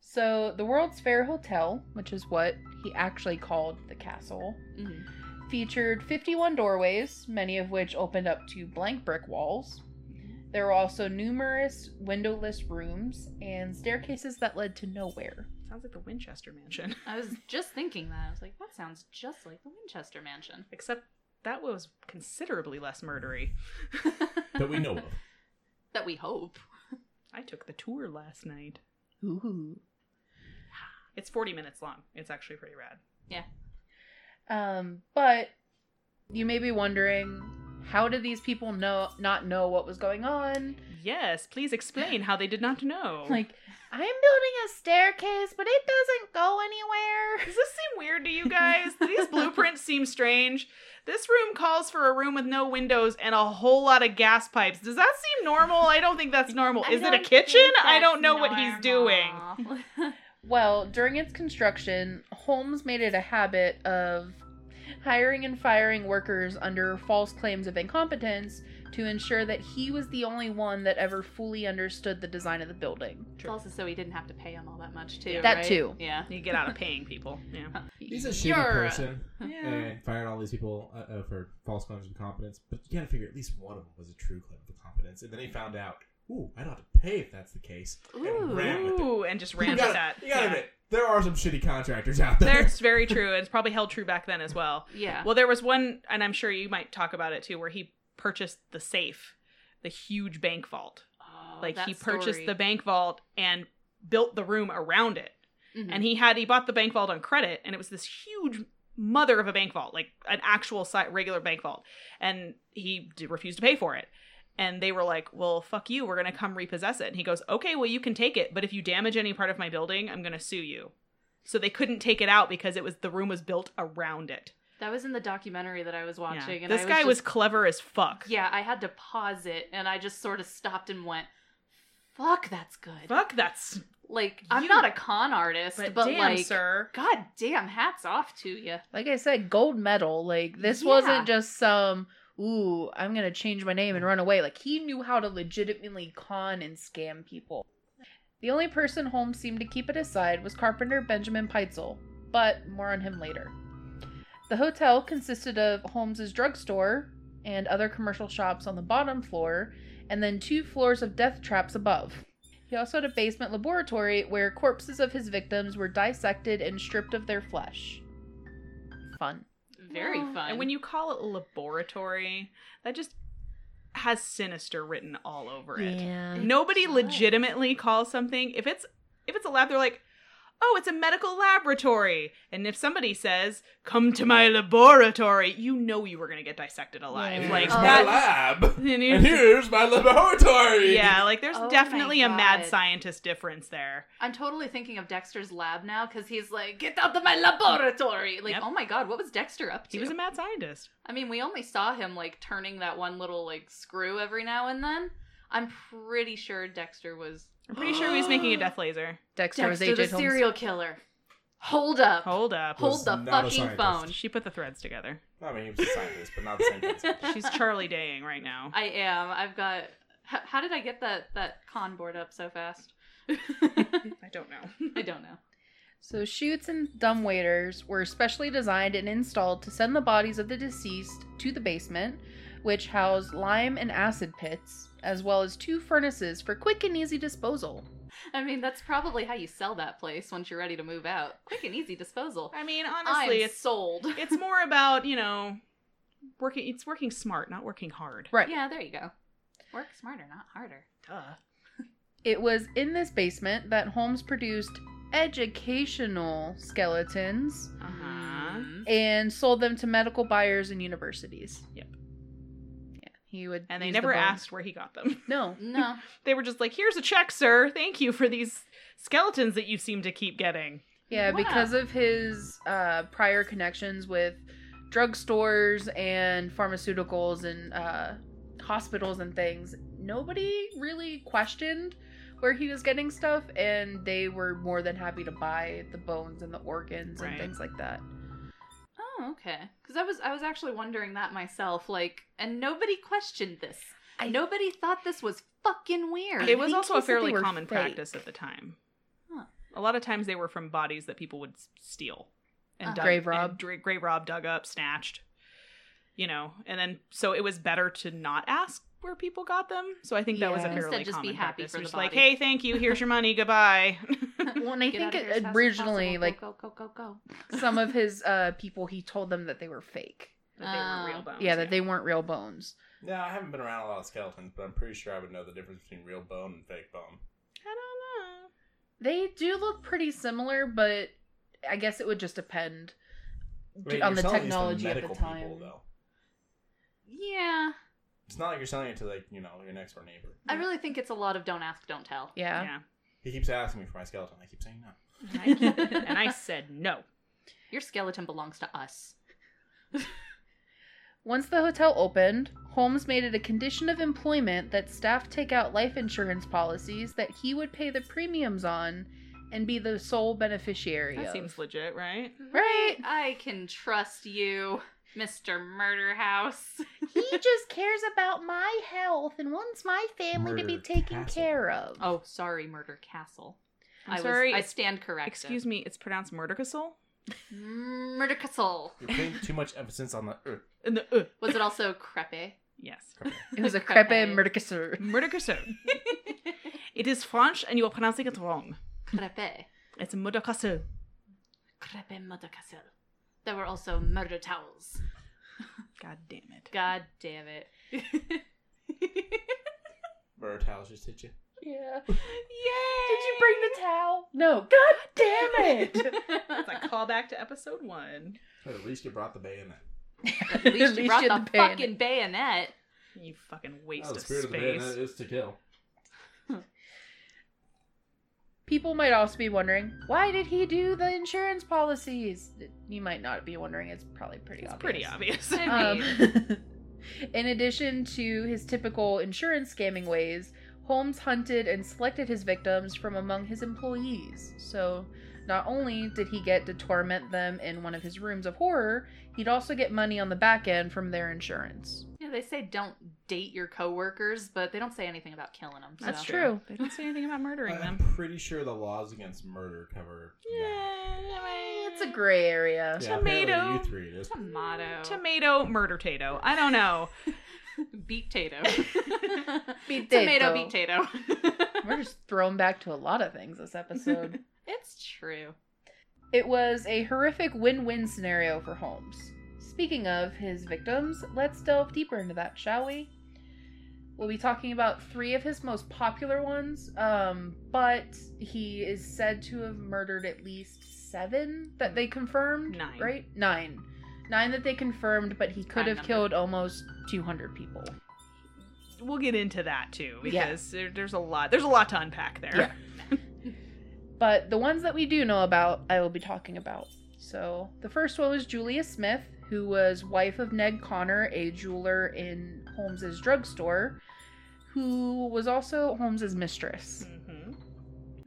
[SPEAKER 3] So, the World's Fair Hotel, which is what he actually called the castle,
[SPEAKER 1] Mm.
[SPEAKER 3] featured 51 doorways, many of which opened up to blank brick walls. There were also numerous windowless rooms and staircases that led to nowhere.
[SPEAKER 2] Sounds like the Winchester Mansion.
[SPEAKER 1] I was just thinking that. I was like, that sounds just like the Winchester Mansion.
[SPEAKER 2] Except that was considerably less murdery.
[SPEAKER 4] That we know of.
[SPEAKER 1] That we hope.
[SPEAKER 2] I took the tour last night.
[SPEAKER 3] Ooh.
[SPEAKER 2] It's 40 minutes long. It's actually pretty rad.
[SPEAKER 3] Um, but you may be wondering, how did these people know not know what was going on?
[SPEAKER 2] Yes, please explain how they did not know.
[SPEAKER 3] Like, I'm building a staircase, but it doesn't go anywhere.
[SPEAKER 2] does this seem weird to you guys? These blueprints seem strange. This room calls for a room with no windows and a whole lot of gas pipes. Does that seem normal? I don't think that's normal.
[SPEAKER 1] I
[SPEAKER 2] Is it a
[SPEAKER 1] don't
[SPEAKER 2] kitchen?
[SPEAKER 1] think
[SPEAKER 2] I don't
[SPEAKER 1] that's
[SPEAKER 2] know what he's doing.
[SPEAKER 1] normal.
[SPEAKER 3] Well, during its construction, Holmes made it a habit of hiring and firing workers under false claims of incompetence to ensure that he was the only one that ever fully understood the design of the building.
[SPEAKER 1] It's also so he didn't have to pay him all that much, too.
[SPEAKER 2] Yeah.
[SPEAKER 3] That
[SPEAKER 1] right?
[SPEAKER 3] too.
[SPEAKER 1] Yeah.
[SPEAKER 2] You get out of paying people. Yeah.
[SPEAKER 4] He's a shitty
[SPEAKER 1] You're-
[SPEAKER 4] person
[SPEAKER 2] Yeah.
[SPEAKER 4] and fired all these people uh, uh, for false claims of competence. But you gotta figure at least one of them was a true claim of competence. And then he found out, ooh, I don't have to pay if that's the case.
[SPEAKER 1] Ooh.
[SPEAKER 4] ran with it.
[SPEAKER 2] Ooh, and just
[SPEAKER 4] you
[SPEAKER 2] ran
[SPEAKER 4] gotta,
[SPEAKER 2] with that.
[SPEAKER 4] You gotta
[SPEAKER 2] Yeah.
[SPEAKER 4] admit, there are some shitty contractors out there.
[SPEAKER 2] That's very true. and It's probably held true back then as well.
[SPEAKER 1] Yeah.
[SPEAKER 2] Well, there was one, and I'm sure you might talk about it too, where he purchased the safe, the huge bank vault.
[SPEAKER 1] Oh,
[SPEAKER 2] Like
[SPEAKER 1] that
[SPEAKER 2] he purchased
[SPEAKER 1] story.
[SPEAKER 2] the bank vault and built the room around it.
[SPEAKER 1] Mhm.
[SPEAKER 2] And he had he bought the bank vault on credit, and it was this huge mother of a bank vault, like an actual si- regular bank vault. And he d- refused to pay for it. And they were like, "Well, fuck you. We're gonna come repossess it." And he goes, "Okay, well you can take it, but if you damage any part of my building, I'm gonna sue you." So they couldn't take it out because it was the room was built around it.
[SPEAKER 1] That was in the documentary that I was
[SPEAKER 2] Yeah.
[SPEAKER 1] watching. And
[SPEAKER 2] This
[SPEAKER 1] I
[SPEAKER 2] guy was
[SPEAKER 1] just-
[SPEAKER 2] clever as fuck.
[SPEAKER 1] Yeah, I had to pause it and I just sort of stopped and went, fuck, that's good.
[SPEAKER 2] Fuck, that's
[SPEAKER 1] Like, I'm
[SPEAKER 2] You-
[SPEAKER 1] not a con artist, but,
[SPEAKER 2] damn,
[SPEAKER 1] like,
[SPEAKER 2] sir.
[SPEAKER 1] god damn, hats off to you.
[SPEAKER 3] Like I said, gold medal. Like this
[SPEAKER 1] Yeah.
[SPEAKER 3] wasn't just some ooh, I'm gonna change my name and run away. Like he knew how to legitimately con and scam people. The only person Holmes seemed to keep it aside was carpenter Benjamin Peitzel, but more on him later. The hotel consisted of Holmes's drugstore and other commercial shops on the bottom floor, and then two floors of death traps above. He also had a basement laboratory where corpses of his victims were dissected and stripped of their flesh. Fun.
[SPEAKER 1] Very
[SPEAKER 2] Well,
[SPEAKER 1] fun.
[SPEAKER 2] And when you call it laboratory, that just has sinister written all over it.
[SPEAKER 1] Mm.
[SPEAKER 3] Yeah.
[SPEAKER 2] Nobody
[SPEAKER 1] It does.
[SPEAKER 2] legitimately calls something if it's if it's a lab, they're like, "Oh, it's a medical laboratory." And if somebody says, "Come to my laboratory," you know you were gonna get dissected alive.
[SPEAKER 3] Yeah.
[SPEAKER 2] Like
[SPEAKER 4] Here's
[SPEAKER 1] Oh.
[SPEAKER 4] my
[SPEAKER 2] that.
[SPEAKER 4] lab.
[SPEAKER 2] and you-
[SPEAKER 4] And here's my laboratory.
[SPEAKER 2] yeah, like there's
[SPEAKER 1] Oh my
[SPEAKER 2] definitely a mad
[SPEAKER 1] God.
[SPEAKER 2] scientist difference there.
[SPEAKER 1] I'm totally thinking of Dexter's lab now because he's like, get out of my laboratory. Like,
[SPEAKER 2] Yep.
[SPEAKER 1] oh my god, what was Dexter up to?
[SPEAKER 2] He was a mad scientist.
[SPEAKER 1] I mean, we only saw him like turning that one little like screw every now and then. I'm pretty sure Dexter was
[SPEAKER 2] I'm pretty sure he was making a death laser.
[SPEAKER 3] Dexter, was
[SPEAKER 1] Dexter
[SPEAKER 3] AJ
[SPEAKER 1] the
[SPEAKER 3] Holmes.
[SPEAKER 1] serial killer. Hold up.
[SPEAKER 2] Hold up.
[SPEAKER 1] Hold
[SPEAKER 4] Was
[SPEAKER 1] the
[SPEAKER 4] not a
[SPEAKER 1] fucking
[SPEAKER 4] scientist.
[SPEAKER 1] phone.
[SPEAKER 2] She put the threads together.
[SPEAKER 4] I mean, he was a scientist, but not the same person.
[SPEAKER 2] She's Charlie Daying right now.
[SPEAKER 1] I am. I've got. How, how did I get that that con board up so fast?
[SPEAKER 2] I don't know.
[SPEAKER 1] I don't know.
[SPEAKER 3] So chutes and dumbwaiters were specially designed and installed to send the bodies of the deceased to the basement, which housed lime and acid pits, as well as two furnaces for quick and easy disposal.
[SPEAKER 1] I mean, that's probably how you sell that place once you're ready to move out. Quick and easy disposal.
[SPEAKER 2] I mean, honestly,
[SPEAKER 1] I'm
[SPEAKER 2] it's
[SPEAKER 1] sold.
[SPEAKER 2] it's more about you know working. It's working smart, not working hard.
[SPEAKER 3] Right.
[SPEAKER 1] Yeah, there you go. Work smarter, not harder.
[SPEAKER 2] Duh.
[SPEAKER 3] It was in this basement that Holmes produced educational skeletons
[SPEAKER 2] Uh-huh.
[SPEAKER 3] and sold them to medical buyers and universities.
[SPEAKER 2] Yep.
[SPEAKER 3] Yeah, he would.
[SPEAKER 2] And they
[SPEAKER 3] use the
[SPEAKER 2] never
[SPEAKER 3] bones.
[SPEAKER 2] asked where he got them.
[SPEAKER 3] No.
[SPEAKER 1] No.
[SPEAKER 2] They were just like, here's a check, sir. Thank you for these skeletons that you seem to keep getting.
[SPEAKER 3] Yeah,
[SPEAKER 1] Wow.
[SPEAKER 3] because of his uh, prior connections with drugstores and pharmaceuticals and uh, hospitals and things, nobody really questioned where he was getting stuff, and they were more than happy to buy the bones and the organs
[SPEAKER 2] Right.
[SPEAKER 3] and things like that.
[SPEAKER 1] Oh, okay. Because I was I was actually wondering that myself. Like, and nobody questioned this.
[SPEAKER 3] I-
[SPEAKER 1] nobody thought this was fucking weird.
[SPEAKER 3] I
[SPEAKER 2] It was
[SPEAKER 3] think
[SPEAKER 2] also
[SPEAKER 3] he
[SPEAKER 2] a
[SPEAKER 3] said they
[SPEAKER 2] fairly
[SPEAKER 3] were
[SPEAKER 2] common
[SPEAKER 3] fake.
[SPEAKER 2] practice at the time.
[SPEAKER 1] Huh.
[SPEAKER 2] A lot of times they were from bodies that people would s- steal and
[SPEAKER 1] Uh-huh.
[SPEAKER 2] dug,
[SPEAKER 3] Grave rob.
[SPEAKER 2] and dra- grave rob, dug up, snatched. You know, and then so it was better to not ask where people got them. So I think that was a
[SPEAKER 3] Yeah.
[SPEAKER 2] fairly
[SPEAKER 1] Instead, just be
[SPEAKER 2] common
[SPEAKER 1] happy
[SPEAKER 2] practice.
[SPEAKER 1] for
[SPEAKER 2] Just
[SPEAKER 1] the
[SPEAKER 2] like,
[SPEAKER 1] body.
[SPEAKER 2] hey, thank you. Here's your money. Goodbye.
[SPEAKER 3] Well, and I
[SPEAKER 1] Get out
[SPEAKER 3] think
[SPEAKER 1] of here as
[SPEAKER 3] it,
[SPEAKER 1] fast as
[SPEAKER 3] originally,
[SPEAKER 1] possible.
[SPEAKER 3] like
[SPEAKER 1] go go go go go.
[SPEAKER 3] some of his uh, people, he told them that they were fake.
[SPEAKER 2] That they were
[SPEAKER 1] Oh.
[SPEAKER 2] real bones,
[SPEAKER 3] yeah, that they weren't real bones.
[SPEAKER 4] No, I haven't been around a lot of skeletons, but I'm pretty sure I would know the difference between real bone and fake bone.
[SPEAKER 2] I don't know.
[SPEAKER 3] They do look pretty similar, but I guess it would just depend
[SPEAKER 4] I mean,
[SPEAKER 3] on the
[SPEAKER 4] you're selling these to
[SPEAKER 3] technology at the
[SPEAKER 4] medical
[SPEAKER 3] time.
[SPEAKER 4] people, though.
[SPEAKER 1] yeah.
[SPEAKER 4] It's not like you're selling it to like you know your next door neighbor.
[SPEAKER 1] I really think it's a lot of don't ask, don't tell.
[SPEAKER 3] yeah.
[SPEAKER 4] He keeps asking me for my skeleton. I keep saying no.
[SPEAKER 2] And I keep- and I said no.
[SPEAKER 1] Your skeleton belongs to us.
[SPEAKER 3] Once the hotel opened, Holmes made it a condition of employment that staff take out life insurance policies that he would pay the premiums on and be the sole beneficiary
[SPEAKER 2] That
[SPEAKER 3] of.
[SPEAKER 2] seems legit, right?
[SPEAKER 3] Right.
[SPEAKER 1] I can trust you, Mr. Murder House.
[SPEAKER 3] he just cares about my health and wants my family to be
[SPEAKER 4] Murder
[SPEAKER 3] taken
[SPEAKER 4] castle.
[SPEAKER 3] care of.
[SPEAKER 1] Oh, sorry, Murder Castle.
[SPEAKER 2] I'm
[SPEAKER 1] I was-
[SPEAKER 2] sorry,
[SPEAKER 1] I
[SPEAKER 2] it's-
[SPEAKER 1] stand corrected.
[SPEAKER 2] Excuse me, it's pronounced Murdercastle?
[SPEAKER 1] Murder Castle.
[SPEAKER 4] You're putting too much emphasis on the. er.
[SPEAKER 2] And the uh,
[SPEAKER 1] Was it also crepe?
[SPEAKER 2] yes.
[SPEAKER 3] It was a
[SPEAKER 1] Crepe.
[SPEAKER 3] crepe murdercasseur.
[SPEAKER 2] Murdercastle. It is French and you are pronouncing it wrong.
[SPEAKER 1] crepe.
[SPEAKER 2] It's Murdercastle.
[SPEAKER 1] Crepe Murder Castle. There were also murder towels.
[SPEAKER 2] God damn it.
[SPEAKER 1] God damn it.
[SPEAKER 4] Murder towels just hit you.
[SPEAKER 3] Yeah. Did you
[SPEAKER 2] Yay!
[SPEAKER 3] bring the towel? No. God damn it.
[SPEAKER 2] It's a callback to episode one.
[SPEAKER 4] But at least you brought the bayonet.
[SPEAKER 1] At least you brought
[SPEAKER 3] had
[SPEAKER 1] the,
[SPEAKER 3] bayonet.
[SPEAKER 1] fucking bayonet.
[SPEAKER 2] You fucking
[SPEAKER 4] Oh,
[SPEAKER 2] waste
[SPEAKER 4] the
[SPEAKER 2] of
[SPEAKER 4] spirit of the
[SPEAKER 2] space.
[SPEAKER 4] bayonet is to kill.
[SPEAKER 3] People might also be wondering, why did he do the insurance policies? You might not be wondering. It's probably pretty
[SPEAKER 2] it's
[SPEAKER 3] obvious.
[SPEAKER 2] pretty obvious.
[SPEAKER 3] Um, in addition to his typical insurance scamming ways, Holmes hunted and selected his victims from among his employees. So, not only did he get to torment them in one of his rooms of horror, he'd also get money on the back end from their insurance.
[SPEAKER 1] Yeah, they say don't date your coworkers, but they don't say anything about killing them. So.
[SPEAKER 3] That's true.
[SPEAKER 2] They don't say anything about murdering
[SPEAKER 4] I'm
[SPEAKER 2] them.
[SPEAKER 4] pretty sure the laws against murder cover. that.
[SPEAKER 3] It's a gray area.
[SPEAKER 4] Yeah, apparently
[SPEAKER 2] tomato.
[SPEAKER 4] You three, it is.
[SPEAKER 1] Tomato.
[SPEAKER 2] Tomato murder tato. I don't know.
[SPEAKER 1] Beat tato.
[SPEAKER 3] Beat
[SPEAKER 1] Tomato
[SPEAKER 3] tato.
[SPEAKER 1] beat tato.
[SPEAKER 3] We're just thrown back to a lot of things this episode.
[SPEAKER 1] it's true.
[SPEAKER 3] It was a horrific win win scenario for Holmes. Speaking of his victims, let's delve deeper into that, shall we? We'll be talking about three of his most popular ones, um, but he is said to have murdered at least seven that they confirmed.
[SPEAKER 2] Nine.
[SPEAKER 3] Right? Nine. Nine that they confirmed, but he could
[SPEAKER 1] Prime
[SPEAKER 3] have
[SPEAKER 1] number.
[SPEAKER 3] killed almost 200 people.
[SPEAKER 2] We'll get into that too
[SPEAKER 3] Yeah.
[SPEAKER 2] because there, there's a lot. There's a lot to unpack there.
[SPEAKER 3] Yeah. But the ones that we do know about, I will be talking about. So the first one was Julia Smith, who was wife of Ned Connor, a jeweler in Holmes's drugstore, who was also Holmes's mistress.
[SPEAKER 2] hmm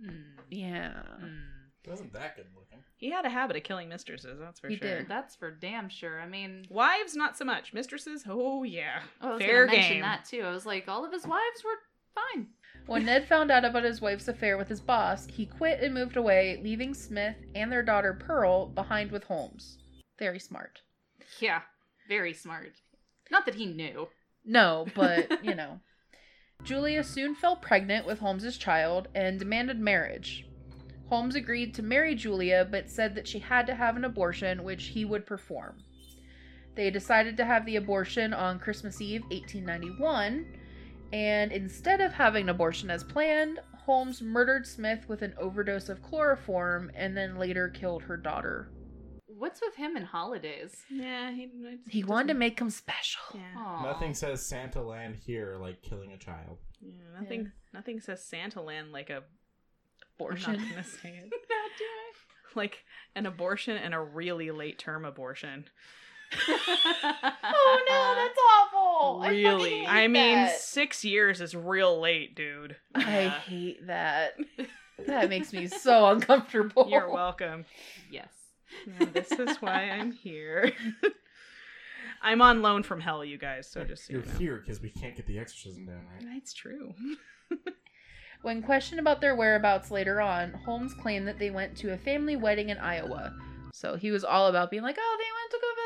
[SPEAKER 1] Mm,
[SPEAKER 3] Yeah.
[SPEAKER 1] mm.
[SPEAKER 4] Wasn't that good looking?
[SPEAKER 2] He had a habit of killing mistresses. That's for
[SPEAKER 3] He
[SPEAKER 2] sure.
[SPEAKER 3] did.
[SPEAKER 1] That's for damn sure. I mean,
[SPEAKER 2] Wives, not so much. Mistresses, oh yeah,
[SPEAKER 1] oh, I was
[SPEAKER 2] fair
[SPEAKER 1] gonna mention
[SPEAKER 2] game.
[SPEAKER 1] that too. I was like, all of his wives were fine.
[SPEAKER 3] When Ned found out about his wife's affair with his boss, he quit and moved away, leaving Smith and their daughter Pearl behind with Holmes. Very smart.
[SPEAKER 1] Yeah, very smart. Not that he knew.
[SPEAKER 3] No, but you know. Julia soon fell pregnant with Holmes's child and demanded marriage. Holmes agreed to marry Julia but said that she had to have an abortion which he would perform. They decided to have the abortion on Christmas Eve 1891 And instead of having an abortion as planned, Holmes murdered Smith with an overdose of chloroform and then later killed her daughter.
[SPEAKER 1] What's with him and holidays?
[SPEAKER 2] Yeah, he.
[SPEAKER 3] He wanted to make him special.
[SPEAKER 2] Yeah,
[SPEAKER 1] Aw.
[SPEAKER 4] Nothing says Santa Land here like killing a child.
[SPEAKER 2] yeah nothing. Nothing says Santa Land like a. I'm not
[SPEAKER 3] Abortion.
[SPEAKER 2] gonna say it.
[SPEAKER 1] No, do I?
[SPEAKER 2] Like an abortion and a really late term abortion.
[SPEAKER 1] Oh,
[SPEAKER 3] oh no, that's awful.
[SPEAKER 1] Really?
[SPEAKER 2] Uh, I mean, six years is real late, dude. Uh,
[SPEAKER 3] I, fucking
[SPEAKER 2] Yeah.
[SPEAKER 3] hate that. I hate that. That makes me so uncomfortable.
[SPEAKER 2] You're welcome.
[SPEAKER 1] Yes.
[SPEAKER 2] Yeah, this is why I'm here. I'm on loan from hell, you guys. So just so you
[SPEAKER 4] You're
[SPEAKER 2] know.
[SPEAKER 4] here because we can't get the exorcism down, right?
[SPEAKER 2] That's true.
[SPEAKER 3] When questioned about their whereabouts later on, Holmes claimed that they went to a family wedding in Iowa. So he was all about being like, "Oh, they went to go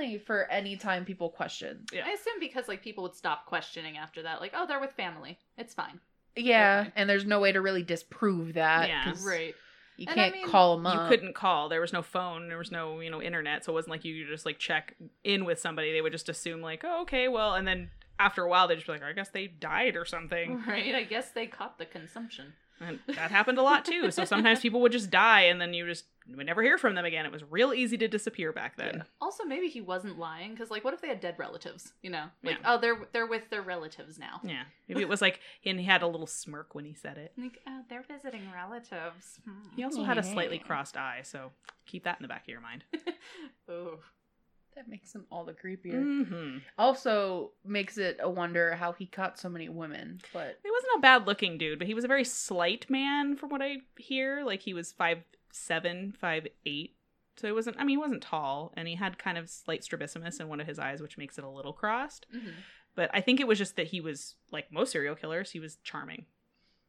[SPEAKER 3] visit family." For any time people question,
[SPEAKER 2] Yeah.
[SPEAKER 1] I assume because like people would stop questioning after that, like, oh, they're with family. It's fine.
[SPEAKER 3] yeah,
[SPEAKER 2] Okay.
[SPEAKER 3] and there's no way to really disprove that.
[SPEAKER 2] Yeah.
[SPEAKER 3] 'cause
[SPEAKER 1] Right.
[SPEAKER 3] You
[SPEAKER 1] And
[SPEAKER 3] can't
[SPEAKER 1] I mean,
[SPEAKER 3] call them
[SPEAKER 2] You
[SPEAKER 3] up.
[SPEAKER 2] couldn't call. There was no phone. There was no, you know, internet. So it wasn't like you could just like check in with somebody. They would just assume like, oh, okay, well, and then after a while they'd just be like, I guess they died or something.
[SPEAKER 1] Right. I guess they caught the consumption.
[SPEAKER 2] And that happened a lot too. So sometimes people would just die and then you just would never hear from them again. It was real easy to disappear back then.
[SPEAKER 1] Also, maybe he wasn't lying because, like, what if they had dead relatives? You know, like,
[SPEAKER 2] Yeah.
[SPEAKER 1] oh, they're they're with their relatives now.
[SPEAKER 2] Yeah. Maybe it was like, and he had a little smirk when he said it.
[SPEAKER 1] Like, oh, they're visiting relatives. Hmm.
[SPEAKER 2] He also had a slightly
[SPEAKER 3] Yeah.
[SPEAKER 2] crossed eye, so keep that in the back of your mind.
[SPEAKER 1] oh,
[SPEAKER 3] That makes them all the creepier.
[SPEAKER 2] Mm-hmm.
[SPEAKER 3] Also makes it a wonder how he caught so many women. But
[SPEAKER 2] He wasn't a bad looking dude, but he was a very slight man from what I hear. Like he was five seven, five eight. So he wasn't I mean he wasn't tall and he had kind of slight strabismus in one of his eyes, which makes it a little crossed.
[SPEAKER 3] Mm-hmm.
[SPEAKER 1] Mhm.
[SPEAKER 2] But I think it was just that he was like most serial killers, he was charming.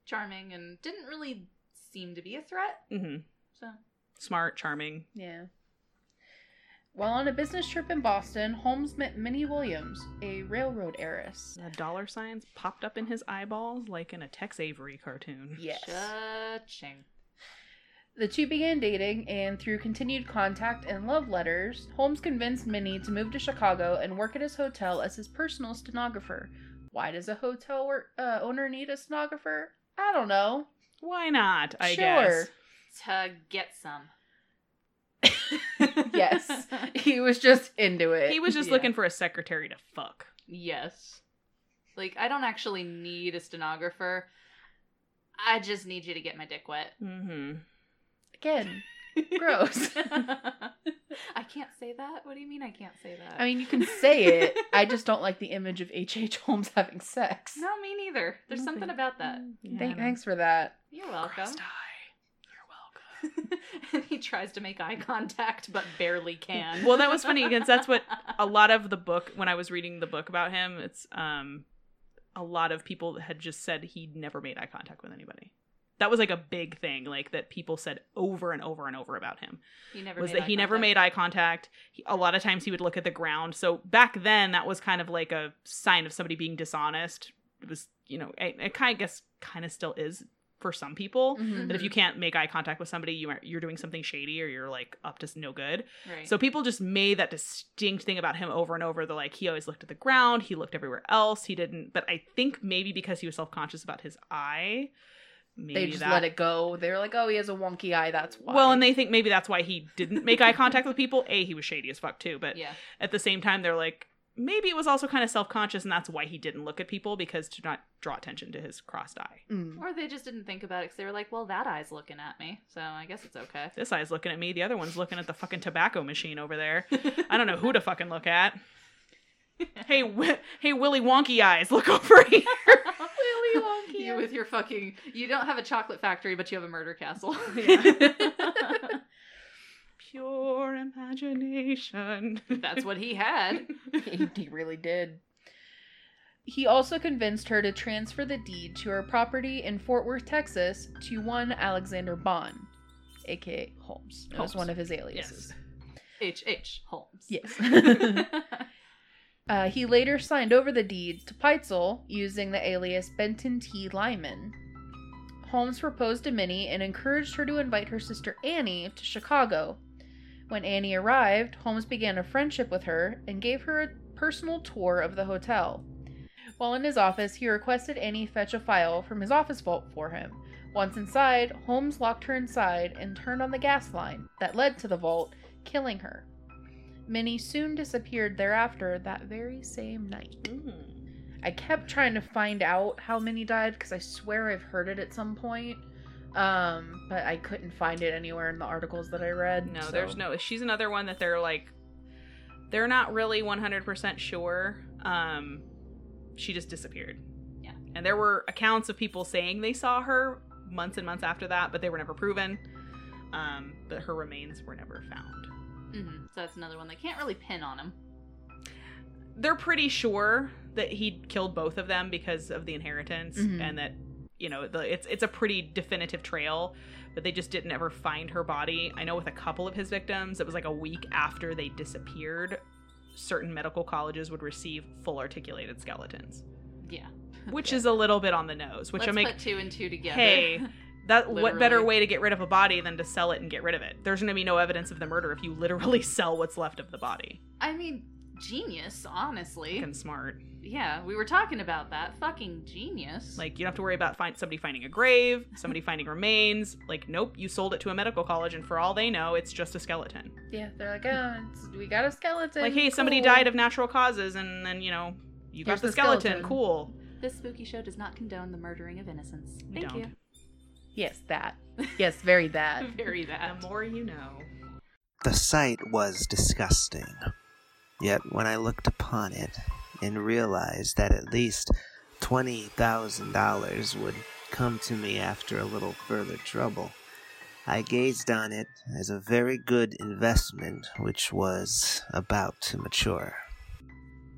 [SPEAKER 1] charming and didn't really seem to be a threat.
[SPEAKER 2] hmm
[SPEAKER 1] So
[SPEAKER 2] Smart, charming.
[SPEAKER 3] Yeah. While on a business trip in Boston, Holmes met Minnie Williams, a railroad heiress.
[SPEAKER 2] The dollar signs popped up in his eyeballs like in a Tex Avery cartoon.
[SPEAKER 3] Yes.
[SPEAKER 1] Cha-ching.
[SPEAKER 3] The two began dating, and through continued contact and love letters, Holmes convinced Minnie to move to Chicago and work at his hotel as his personal stenographer. Why does a hotel wor- uh, owner need a stenographer? I don't know.
[SPEAKER 2] Why not? I
[SPEAKER 3] Sure.
[SPEAKER 2] guess.
[SPEAKER 1] to get some.
[SPEAKER 3] Yes. he was just into it.
[SPEAKER 2] He was just
[SPEAKER 1] Yeah.
[SPEAKER 2] looking for a secretary to fuck.
[SPEAKER 1] yes. Like I don't actually need a stenographer. I just need you to get my dick wet.
[SPEAKER 2] Mm-hmm.
[SPEAKER 3] Again, Gross.
[SPEAKER 1] I can't say that. What do you mean I can't say that?
[SPEAKER 3] I mean, you can say it. I just don't like the image of H.H. Holmes having sex.
[SPEAKER 1] no, me neither. There's
[SPEAKER 2] Nothing.
[SPEAKER 1] something about that.
[SPEAKER 2] Yeah, I
[SPEAKER 3] Mm, Thank-
[SPEAKER 2] don't-
[SPEAKER 3] thanks for that.
[SPEAKER 1] You're welcome.
[SPEAKER 2] Crossed eye. You're welcome.
[SPEAKER 1] and he tries to make eye contact, but barely can.
[SPEAKER 2] Well, that was funny, 'cause that's what- a lot of the book when I was reading the book about him, it's um a lot of people had just said he'd never made eye contact with anybody. That was like a big thing, like that people said over and over and over about him
[SPEAKER 1] he never
[SPEAKER 2] was
[SPEAKER 1] made
[SPEAKER 2] that
[SPEAKER 1] eye
[SPEAKER 2] he never
[SPEAKER 1] contact.
[SPEAKER 2] made eye contact. He, a lot of times he would look at the ground. So back then, that was kind of like a sign of somebody being dishonest. It was, you know, it, it kind of guess kind of still is for some people.
[SPEAKER 1] Mm-hmm.
[SPEAKER 3] Mhm.
[SPEAKER 2] That if you can't make eye contact with somebody, you are, you're doing something shady or you're like up to no good.
[SPEAKER 1] Right.
[SPEAKER 2] So people just made that distinct thing about him over and over. They're like, he always looked at the ground, he looked everywhere else, he didn't. But I think maybe because he was self conscious about his eye, maybe
[SPEAKER 3] they just
[SPEAKER 2] that.
[SPEAKER 3] let it go. They were like, "Oh, he has a wonky eye. That's why."
[SPEAKER 2] Well, and they think maybe that's why he didn't make eye contact with people. A, he was shady as fuck too. But
[SPEAKER 1] yeah.
[SPEAKER 2] at the same time, they're like, maybe it was also kind of self conscious, and that's why he didn't look at people because to not draw attention to his crossed eye.
[SPEAKER 3] Mm.
[SPEAKER 1] Or they just didn't think about it because they were like, well, that eye's looking at me, so I guess it's okay.
[SPEAKER 2] This eye's looking at me. The other one's looking at the fucking tobacco machine over there. I don't know who to fucking look at. Hey, wi- hey, Willy Wonky eyes, look over here.
[SPEAKER 3] Willy Wonka.
[SPEAKER 1] You with your fucking. You don't have a chocolate factory, but you have a murder castle.
[SPEAKER 2] Pure imagination.
[SPEAKER 1] That's what he had.
[SPEAKER 3] he, he really did. He also convinced her to transfer the deed to her property in Fort Worth, Texas, to one Alexander Bond, aka Holmes. That was
[SPEAKER 2] Holmes.
[SPEAKER 3] one of his aliases.
[SPEAKER 1] H. H. Holmes. Mm-hmm.
[SPEAKER 3] Yes. Uh, he later signed over the deed to Peitzel using the alias Benton T. Lyman. Holmes proposed to Minnie and encouraged her to invite her sister Annie to Chicago. When Annie arrived, Holmes began a friendship with her and gave her a personal tour of the hotel. While in his office, he requested Annie fetch a file from his office vault for him. Once inside, Holmes locked her inside and turned on the gas line that led to the vault, killing her. Minnie soon disappeared thereafter that very same night.
[SPEAKER 2] Mm.
[SPEAKER 3] I kept trying to find out how Minnie died because I swear I've heard it at some point, um, but I couldn't find it anywhere in the articles that I read.
[SPEAKER 2] No,
[SPEAKER 3] so-
[SPEAKER 2] there's no. She's another one that they're like, they're not really 100% sure. Um, she just disappeared.
[SPEAKER 1] Yeah.
[SPEAKER 2] And there were accounts of people saying they saw her months and months after that, but they were never proven. Um, but her remains were never found.
[SPEAKER 1] hmm So that's another one they can't really pin on him.
[SPEAKER 2] They're pretty sure that he killed both of them because of the inheritance
[SPEAKER 1] Mm-hmm.
[SPEAKER 3] Mhm.
[SPEAKER 2] and that you know the, it's it's a pretty definitive trail but they just didn't ever find her body i know with a couple of his victims it was like a week after they disappeared certain medical colleges would receive full articulated skeletons
[SPEAKER 1] Yeah.
[SPEAKER 2] which is a little bit on the nose which
[SPEAKER 1] Let's
[SPEAKER 2] i make
[SPEAKER 1] put two and two together.
[SPEAKER 2] Hey. that what better
[SPEAKER 1] Literally.
[SPEAKER 2] way to get rid of a body than to sell it and get rid of it there's going to be no evidence of the murder if you literally sell what's left of the body
[SPEAKER 1] I mean, genius, honestly.
[SPEAKER 2] fucking smart
[SPEAKER 1] Yeah, we were talking about that. Fucking genius.
[SPEAKER 2] Like you don't have to worry about find somebody finding a grave, somebody finding remains. Like nope, you sold it to a medical college, and for all they know, it's just a skeleton.
[SPEAKER 3] Yeah, they're like, oh, it's, we got a skeleton.
[SPEAKER 2] like hey, somebody
[SPEAKER 3] cool."
[SPEAKER 2] died of natural causes, and then you know you
[SPEAKER 3] Here's
[SPEAKER 2] got the,
[SPEAKER 3] the
[SPEAKER 2] skeleton.
[SPEAKER 3] skeleton.
[SPEAKER 2] Cool.
[SPEAKER 1] this spooky show does not condone the murdering of innocents.
[SPEAKER 2] We
[SPEAKER 1] Thank
[SPEAKER 2] don't.
[SPEAKER 1] you.
[SPEAKER 3] Yes, that. Yes, very that.
[SPEAKER 1] Very that.
[SPEAKER 2] The more you know.
[SPEAKER 5] The sight was disgusting. Yet when I looked upon it and realized that at least $20,000 would come to me after a little further trouble, I gazed on it as a very good investment which was about to mature.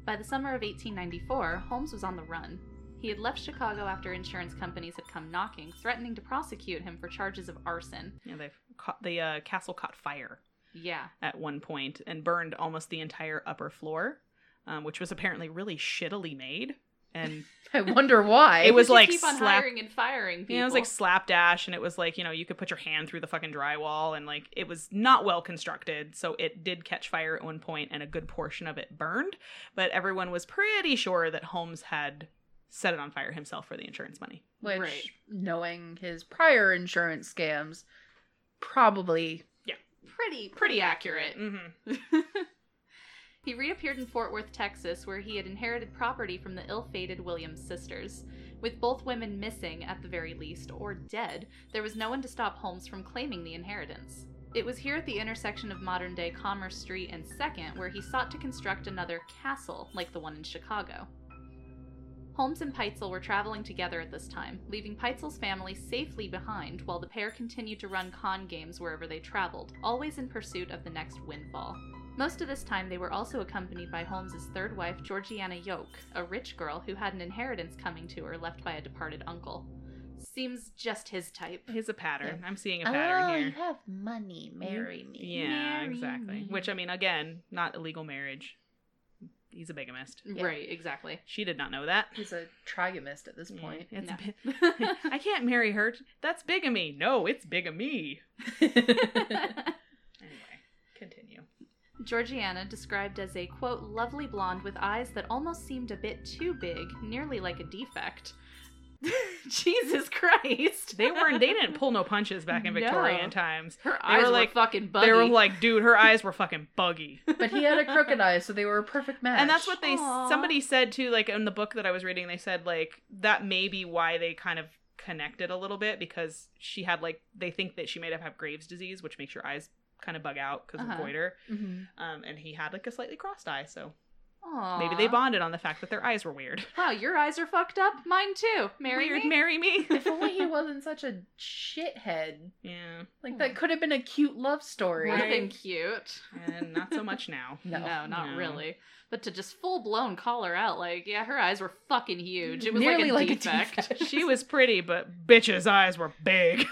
[SPEAKER 1] By the summer of 1894, Holmes was on the run. He had left Chicago after insurance companies had come knocking, threatening to prosecute him for charges of arson.
[SPEAKER 2] Yeah, they've caught the uh, castle caught fire
[SPEAKER 1] Yeah.
[SPEAKER 2] at one point and burned almost the entire upper floor, um, which was apparently really shittily made. And
[SPEAKER 3] I wonder why.
[SPEAKER 2] It was
[SPEAKER 1] You
[SPEAKER 2] like
[SPEAKER 1] keep on
[SPEAKER 2] slap-
[SPEAKER 1] hiring and firing people.
[SPEAKER 2] you know, it was like slapdash, and it was like you know you could put your hand through the fucking drywall, and like it was not well constructed, so it did catch fire at one point, and a good portion of it burned. But everyone was pretty sure that Holmes had set it on fire himself for the insurance money.
[SPEAKER 3] which,
[SPEAKER 1] Right.
[SPEAKER 3] knowing his prior insurance scams, probably
[SPEAKER 1] pretty pretty accurate.
[SPEAKER 2] Mm-hmm.
[SPEAKER 1] he reappeared in Fort Worth, Texas, where he had inherited property from the ill fated Williams sisters. With both women missing, at the very least, or dead, there was no one to stop Holmes from claiming the inheritance. It was here at the intersection of modern day Commerce Street and 2nd where he sought to construct another castle like the one in Chicago. Holmes and Peitzel were traveling together at this time, leaving Peitzel's family safely behind while the pair continued to run con games wherever they traveled, always in pursuit of the next windfall. Most of this time, they were also accompanied by Holmes's third wife, Georgiana Yoke, a rich girl who had an inheritance coming to her left by a departed uncle. Seems just his type.
[SPEAKER 2] Here's a pattern. I'm seeing a pattern
[SPEAKER 3] oh, you
[SPEAKER 2] here. Mm-hmm.
[SPEAKER 3] have money, marry me.
[SPEAKER 2] Yeah,
[SPEAKER 1] Marry
[SPEAKER 2] exactly.
[SPEAKER 1] me.
[SPEAKER 2] Which I mean, again, not illegal marriage. He's a bigamist.
[SPEAKER 3] Yeah.
[SPEAKER 1] Right, exactly.
[SPEAKER 2] She did not know that.
[SPEAKER 3] He's a trigamist at this point.
[SPEAKER 2] Yeah, it's
[SPEAKER 1] No.
[SPEAKER 2] a bit- I can't marry her. That's bigamy. No, it's bigamy. Anyway, continue.
[SPEAKER 1] Georgiana, described as a quote, lovely blonde with eyes that almost seemed a bit too big, nearly like a defect. Jesus Christ.
[SPEAKER 2] They weren't. They didn't pull no punches back in
[SPEAKER 1] No.
[SPEAKER 2] Victorian times.
[SPEAKER 1] Her
[SPEAKER 2] They
[SPEAKER 1] eyes
[SPEAKER 2] were
[SPEAKER 1] were,
[SPEAKER 2] like-
[SPEAKER 1] fucking buggy.
[SPEAKER 2] They were like, dude, her eyes were fucking buggy.
[SPEAKER 3] but he had a crooked eye, so they were a perfect match.
[SPEAKER 2] And that's what they
[SPEAKER 1] Aw.
[SPEAKER 2] somebody said too. Like in the book that I was reading, they said like that may be why they kind of connected a little bit because she had like they think that she may have had Graves' disease, which makes your eyes kind of bug out because
[SPEAKER 1] Uh-huh.
[SPEAKER 2] of goiter.
[SPEAKER 3] Mhm.
[SPEAKER 2] Um, and he had like a slightly crossed eye, so
[SPEAKER 1] Aw.
[SPEAKER 2] maybe they bonded on the fact that their eyes were weird.
[SPEAKER 1] Wow, your eyes are fucked up. Mine too. Marry
[SPEAKER 2] Weird,
[SPEAKER 1] me.
[SPEAKER 2] marry me.
[SPEAKER 3] If only he wasn't such a shithead.
[SPEAKER 2] yeah,
[SPEAKER 3] Like
[SPEAKER 1] Hmm.
[SPEAKER 3] that could have been a cute love story.
[SPEAKER 1] Would've been cute.
[SPEAKER 2] and not so much now.
[SPEAKER 1] No,
[SPEAKER 3] No.
[SPEAKER 1] not
[SPEAKER 2] No.
[SPEAKER 1] really. But to just full blown call her out, like, yeah, her eyes were fucking huge. It was
[SPEAKER 3] Nearly
[SPEAKER 1] like
[SPEAKER 3] like
[SPEAKER 1] a
[SPEAKER 3] a
[SPEAKER 1] defect.
[SPEAKER 3] defect.
[SPEAKER 2] She was pretty, but bitch's eyes were big.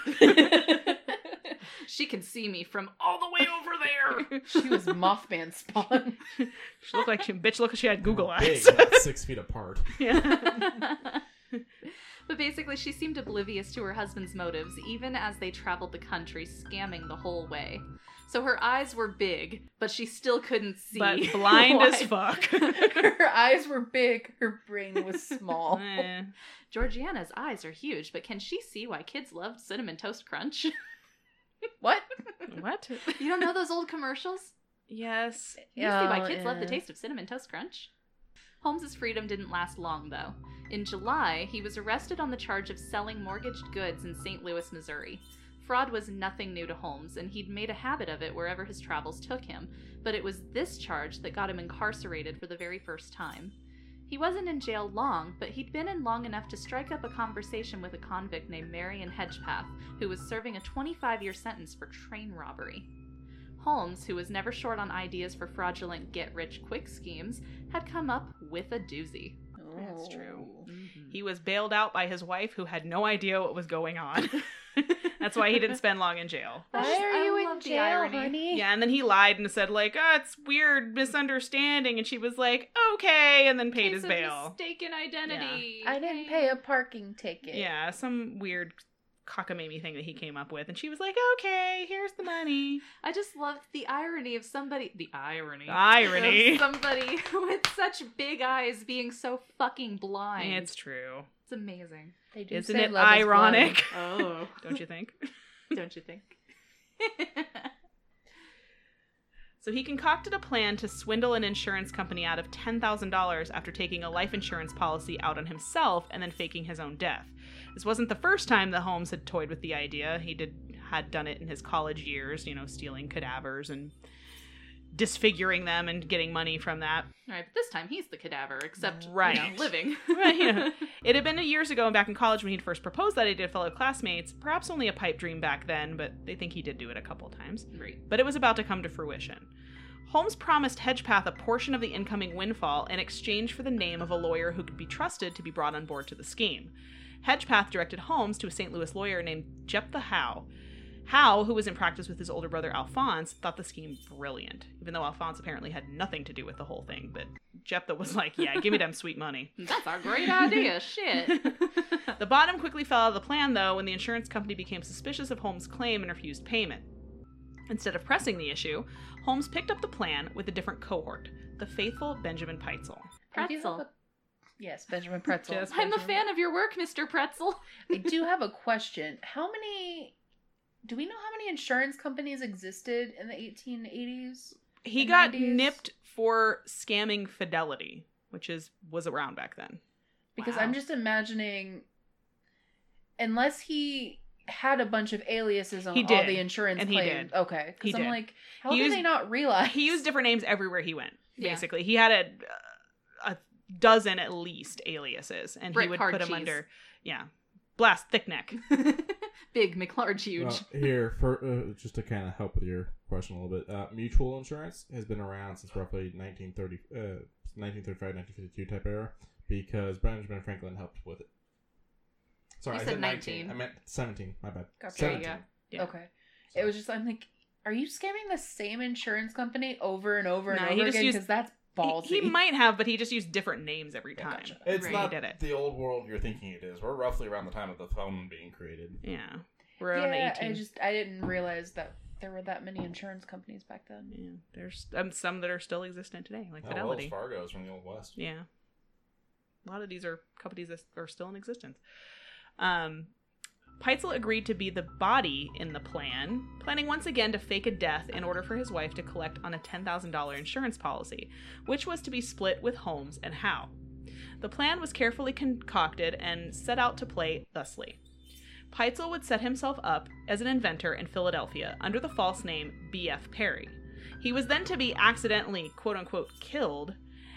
[SPEAKER 1] she can see me from all the way over there.
[SPEAKER 3] She was Mothman spawn.
[SPEAKER 2] She looked like she bitch looked like she had Google
[SPEAKER 4] Big,
[SPEAKER 2] eyes.
[SPEAKER 4] not six feet apart.
[SPEAKER 2] yeah.
[SPEAKER 1] But basically, she seemed oblivious to her husband's motives, even as they traveled the country scamming the whole way. So her eyes were big, but she still couldn't see.
[SPEAKER 2] but blind as
[SPEAKER 1] why-
[SPEAKER 2] fuck.
[SPEAKER 3] her eyes were big, her brain was small.
[SPEAKER 2] Eh.
[SPEAKER 1] Georgiana's eyes are huge, but can she see why kids loved Cinnamon Toast Crunch?
[SPEAKER 3] what?
[SPEAKER 2] What?
[SPEAKER 1] you don't know those old commercials?
[SPEAKER 2] Yes.
[SPEAKER 1] You see why
[SPEAKER 3] Oh,
[SPEAKER 1] kids love the
[SPEAKER 3] yeah.
[SPEAKER 1] taste of Cinnamon Toast Crunch? Holmes's freedom didn't last long, though. In July, he was arrested on the charge of selling mortgaged goods in St. Louis, Missouri. Fraud was nothing new to Holmes, and he'd made a habit of it wherever his travels took him, but it was this charge that got him incarcerated for the very first time. He wasn't in jail long, but he'd been in long enough to strike up a conversation with a convict named Marion Hedgepath, who was serving a 25 year sentence for train robbery. Holmes, who was never short on ideas for fraudulent get rich quick schemes, had come up with a doozy.
[SPEAKER 2] That's true.
[SPEAKER 3] Oh.
[SPEAKER 1] Mm-hmm.
[SPEAKER 2] He was bailed out by his wife who had no idea what was going on. That's why he didn't spend long in jail.
[SPEAKER 1] I
[SPEAKER 3] Why
[SPEAKER 1] just- I
[SPEAKER 3] are you in
[SPEAKER 1] love the
[SPEAKER 3] jail,
[SPEAKER 1] irony.
[SPEAKER 3] honey?
[SPEAKER 2] Yeah, and then he lied and said like, "Ah, it's weird misunderstanding," and she was like, "Okay," and then paid
[SPEAKER 1] Case
[SPEAKER 2] his
[SPEAKER 1] of
[SPEAKER 2] bail.
[SPEAKER 1] Mistaken identity.
[SPEAKER 3] I didn't pay a parking ticket.
[SPEAKER 2] Yeah, some weird cockamamie thing that he came up with, and she was like, "Okay, here's the money."
[SPEAKER 1] I just loved the irony of somebody. The irony.
[SPEAKER 2] Irony.
[SPEAKER 1] Of somebody with such big eyes being so fucking blind.
[SPEAKER 2] It's true.
[SPEAKER 1] It's amazing.
[SPEAKER 3] They do
[SPEAKER 2] Isn't
[SPEAKER 3] say
[SPEAKER 2] it
[SPEAKER 3] love is blind.
[SPEAKER 2] ironic?
[SPEAKER 1] Oh,
[SPEAKER 2] Don't you think?
[SPEAKER 1] don't you think?
[SPEAKER 2] So he concocted a plan to swindle an insurance company out of $10,000 after taking a life insurance policy out on himself and then faking his own death. This wasn't the first time that Holmes had toyed with the idea. He did had done it in his college years, you know, stealing cadavers and disfiguring them and getting money from that.
[SPEAKER 1] All right, but this time he's the cadaver, except right.
[SPEAKER 2] Right.
[SPEAKER 1] living.
[SPEAKER 2] Right, yeah. It had been years ago and back in college when he'd first proposed that idea to fellow classmates, perhaps only a pipe dream back then, but they think he did do it a couple times.
[SPEAKER 1] Right.
[SPEAKER 2] but it was about to come to fruition. Holmes promised Hedgepath a portion of the incoming windfall in exchange for the name of a lawyer who could be trusted to be brought on board to the scheme. Hedgepath directed Holmes to a St. Louis lawyer named Jephthah Howe. Howe, who was in practice with his older brother Alphonse, thought the scheme brilliant, even though Alphonse apparently had nothing to do with the whole thing. But Jephthah was like, Yeah, give me them sweet money.
[SPEAKER 1] That's a great idea. Shit.
[SPEAKER 2] The bottom quickly fell out of the plan, though, when the insurance company became suspicious of Holmes' claim and refused payment. Instead of pressing the issue, Holmes picked up the plan with a different cohort, the faithful Benjamin Peitzel.
[SPEAKER 3] I do have
[SPEAKER 1] Pretzel.
[SPEAKER 3] a- Yes, Benjamin Pretzel.
[SPEAKER 2] Yes,
[SPEAKER 1] I'm a fan of your work, Mr. Pretzel.
[SPEAKER 3] I do have a question. How many do we know how many insurance companies existed in the 1880s?
[SPEAKER 2] He
[SPEAKER 3] In
[SPEAKER 2] got
[SPEAKER 3] the 90s?
[SPEAKER 2] nipped for scamming Fidelity, which is was around back then.
[SPEAKER 3] Because
[SPEAKER 1] Wow.
[SPEAKER 3] I'm just imagining unless he had a bunch of aliases on
[SPEAKER 2] He
[SPEAKER 3] all
[SPEAKER 2] did,
[SPEAKER 3] the insurance
[SPEAKER 2] and he
[SPEAKER 3] claims.
[SPEAKER 2] did.
[SPEAKER 3] Okay.
[SPEAKER 2] He
[SPEAKER 3] Because I'm
[SPEAKER 2] did.
[SPEAKER 3] like, how
[SPEAKER 2] He
[SPEAKER 3] did
[SPEAKER 2] used-
[SPEAKER 3] they not realize?
[SPEAKER 2] He used different names everywhere he went.
[SPEAKER 1] Yeah.
[SPEAKER 2] Basically, he had a a dozen at least aliases, and he
[SPEAKER 1] Brick
[SPEAKER 2] would
[SPEAKER 1] hard
[SPEAKER 2] put them
[SPEAKER 1] cheese.
[SPEAKER 2] under yeah, blast thick neck.
[SPEAKER 1] Big McLarge huge.
[SPEAKER 4] Well, here, for uh, just to kind of help with your question a little bit, uh, mutual insurance has been around since roughly 1930, uh, 1935, 1952 type era because Benjamin Franklin helped with it. Sorry,
[SPEAKER 1] You
[SPEAKER 4] I
[SPEAKER 1] said
[SPEAKER 4] said 19.
[SPEAKER 1] 19.
[SPEAKER 4] I meant 17. My bad.
[SPEAKER 3] Gotcha.
[SPEAKER 1] There you
[SPEAKER 4] 17.
[SPEAKER 1] go.
[SPEAKER 2] Yeah.
[SPEAKER 3] Okay. It was just I'm like, are you scamming the same insurance company over and over and
[SPEAKER 2] Nah, he
[SPEAKER 3] over
[SPEAKER 2] just
[SPEAKER 3] again?
[SPEAKER 2] used-
[SPEAKER 3] Because that's ballsy.
[SPEAKER 2] He, he might have, but he just used different names every
[SPEAKER 3] Yeah,
[SPEAKER 2] time.
[SPEAKER 3] gotcha.
[SPEAKER 4] It's
[SPEAKER 1] Right.
[SPEAKER 4] not
[SPEAKER 2] He did it.
[SPEAKER 4] the old world you're thinking it is. We're roughly around the time of the phone being created.
[SPEAKER 2] Yeah. We're on
[SPEAKER 3] yeah,
[SPEAKER 2] 18.
[SPEAKER 3] I just I didn't realize that there were that many insurance companies back then.
[SPEAKER 2] yeah. There's um, some that are still existent today, like
[SPEAKER 4] Now, Wells
[SPEAKER 2] Fidelity.
[SPEAKER 4] Fargo's from the Old West.
[SPEAKER 2] Yeah. A lot of these are companies that are still in existence. Um, Peitzel agreed to be the body in the plan, planning once again to fake a death in order for his wife to collect on a $10,000 insurance policy, which was to be split with Holmes and Howe. The plan was carefully concocted and set out to play thusly. Peitzel would set himself up as an inventor in Philadelphia under the false name B.F. Perry. He was then to be accidentally, quote unquote, killed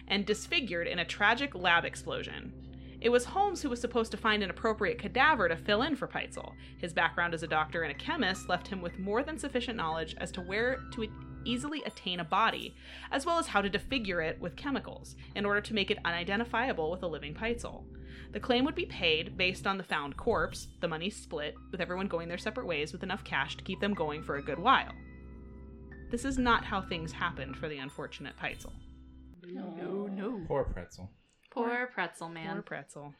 [SPEAKER 2] and disfigured in a tragic lab explosion. It was Holmes who was supposed to find an appropriate cadaver to fill in for Peitzel. His background as a doctor and a chemist left him with more than sufficient knowledge as to where to e-, easily attain a body, as well as how to defigure it with chemicals, in order to make it unidentifiable with a living Peitzel. The claim would be paid based on the found corpse, the money split, with everyone going their separate ways with enough cash to keep them going for a good while. This is not how things happened for the unfortunate Peitzel.
[SPEAKER 3] No,
[SPEAKER 1] Oh, no.
[SPEAKER 4] Poor pretzel.
[SPEAKER 1] Poor pretzel
[SPEAKER 2] Poor
[SPEAKER 1] man.
[SPEAKER 2] pretzel.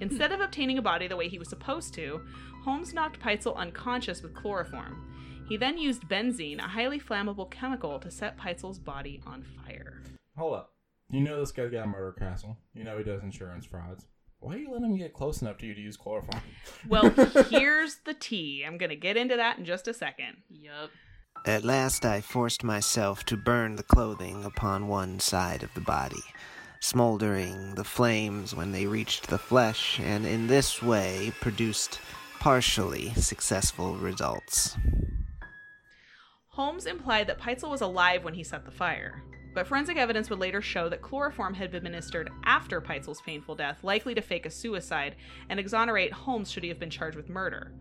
[SPEAKER 2] Instead of obtaining a body the way he was supposed to, Holmes knocked Peitzel unconscious with chloroform. He then used benzene, a highly flammable chemical, to set Peitzel's body on fire.
[SPEAKER 4] Hold up. You know this guy's got a murder castle. You know he does insurance frauds. Why you let him get close enough to you to use chloroform?
[SPEAKER 2] Well, here's the tea. I'm going to get into that in just a second.
[SPEAKER 1] Yup.
[SPEAKER 5] At last, I forced myself to burn the clothing upon one side of the body, smoldering the flames when they reached the flesh, and in this way produced partially successful results.
[SPEAKER 2] Holmes implied that Peitzel was alive when he set the fire, but forensic evidence would later show that chloroform had been administered after Peitzel's painful death, likely to fake a suicide and exonerate Holmes should he have been charged with murder.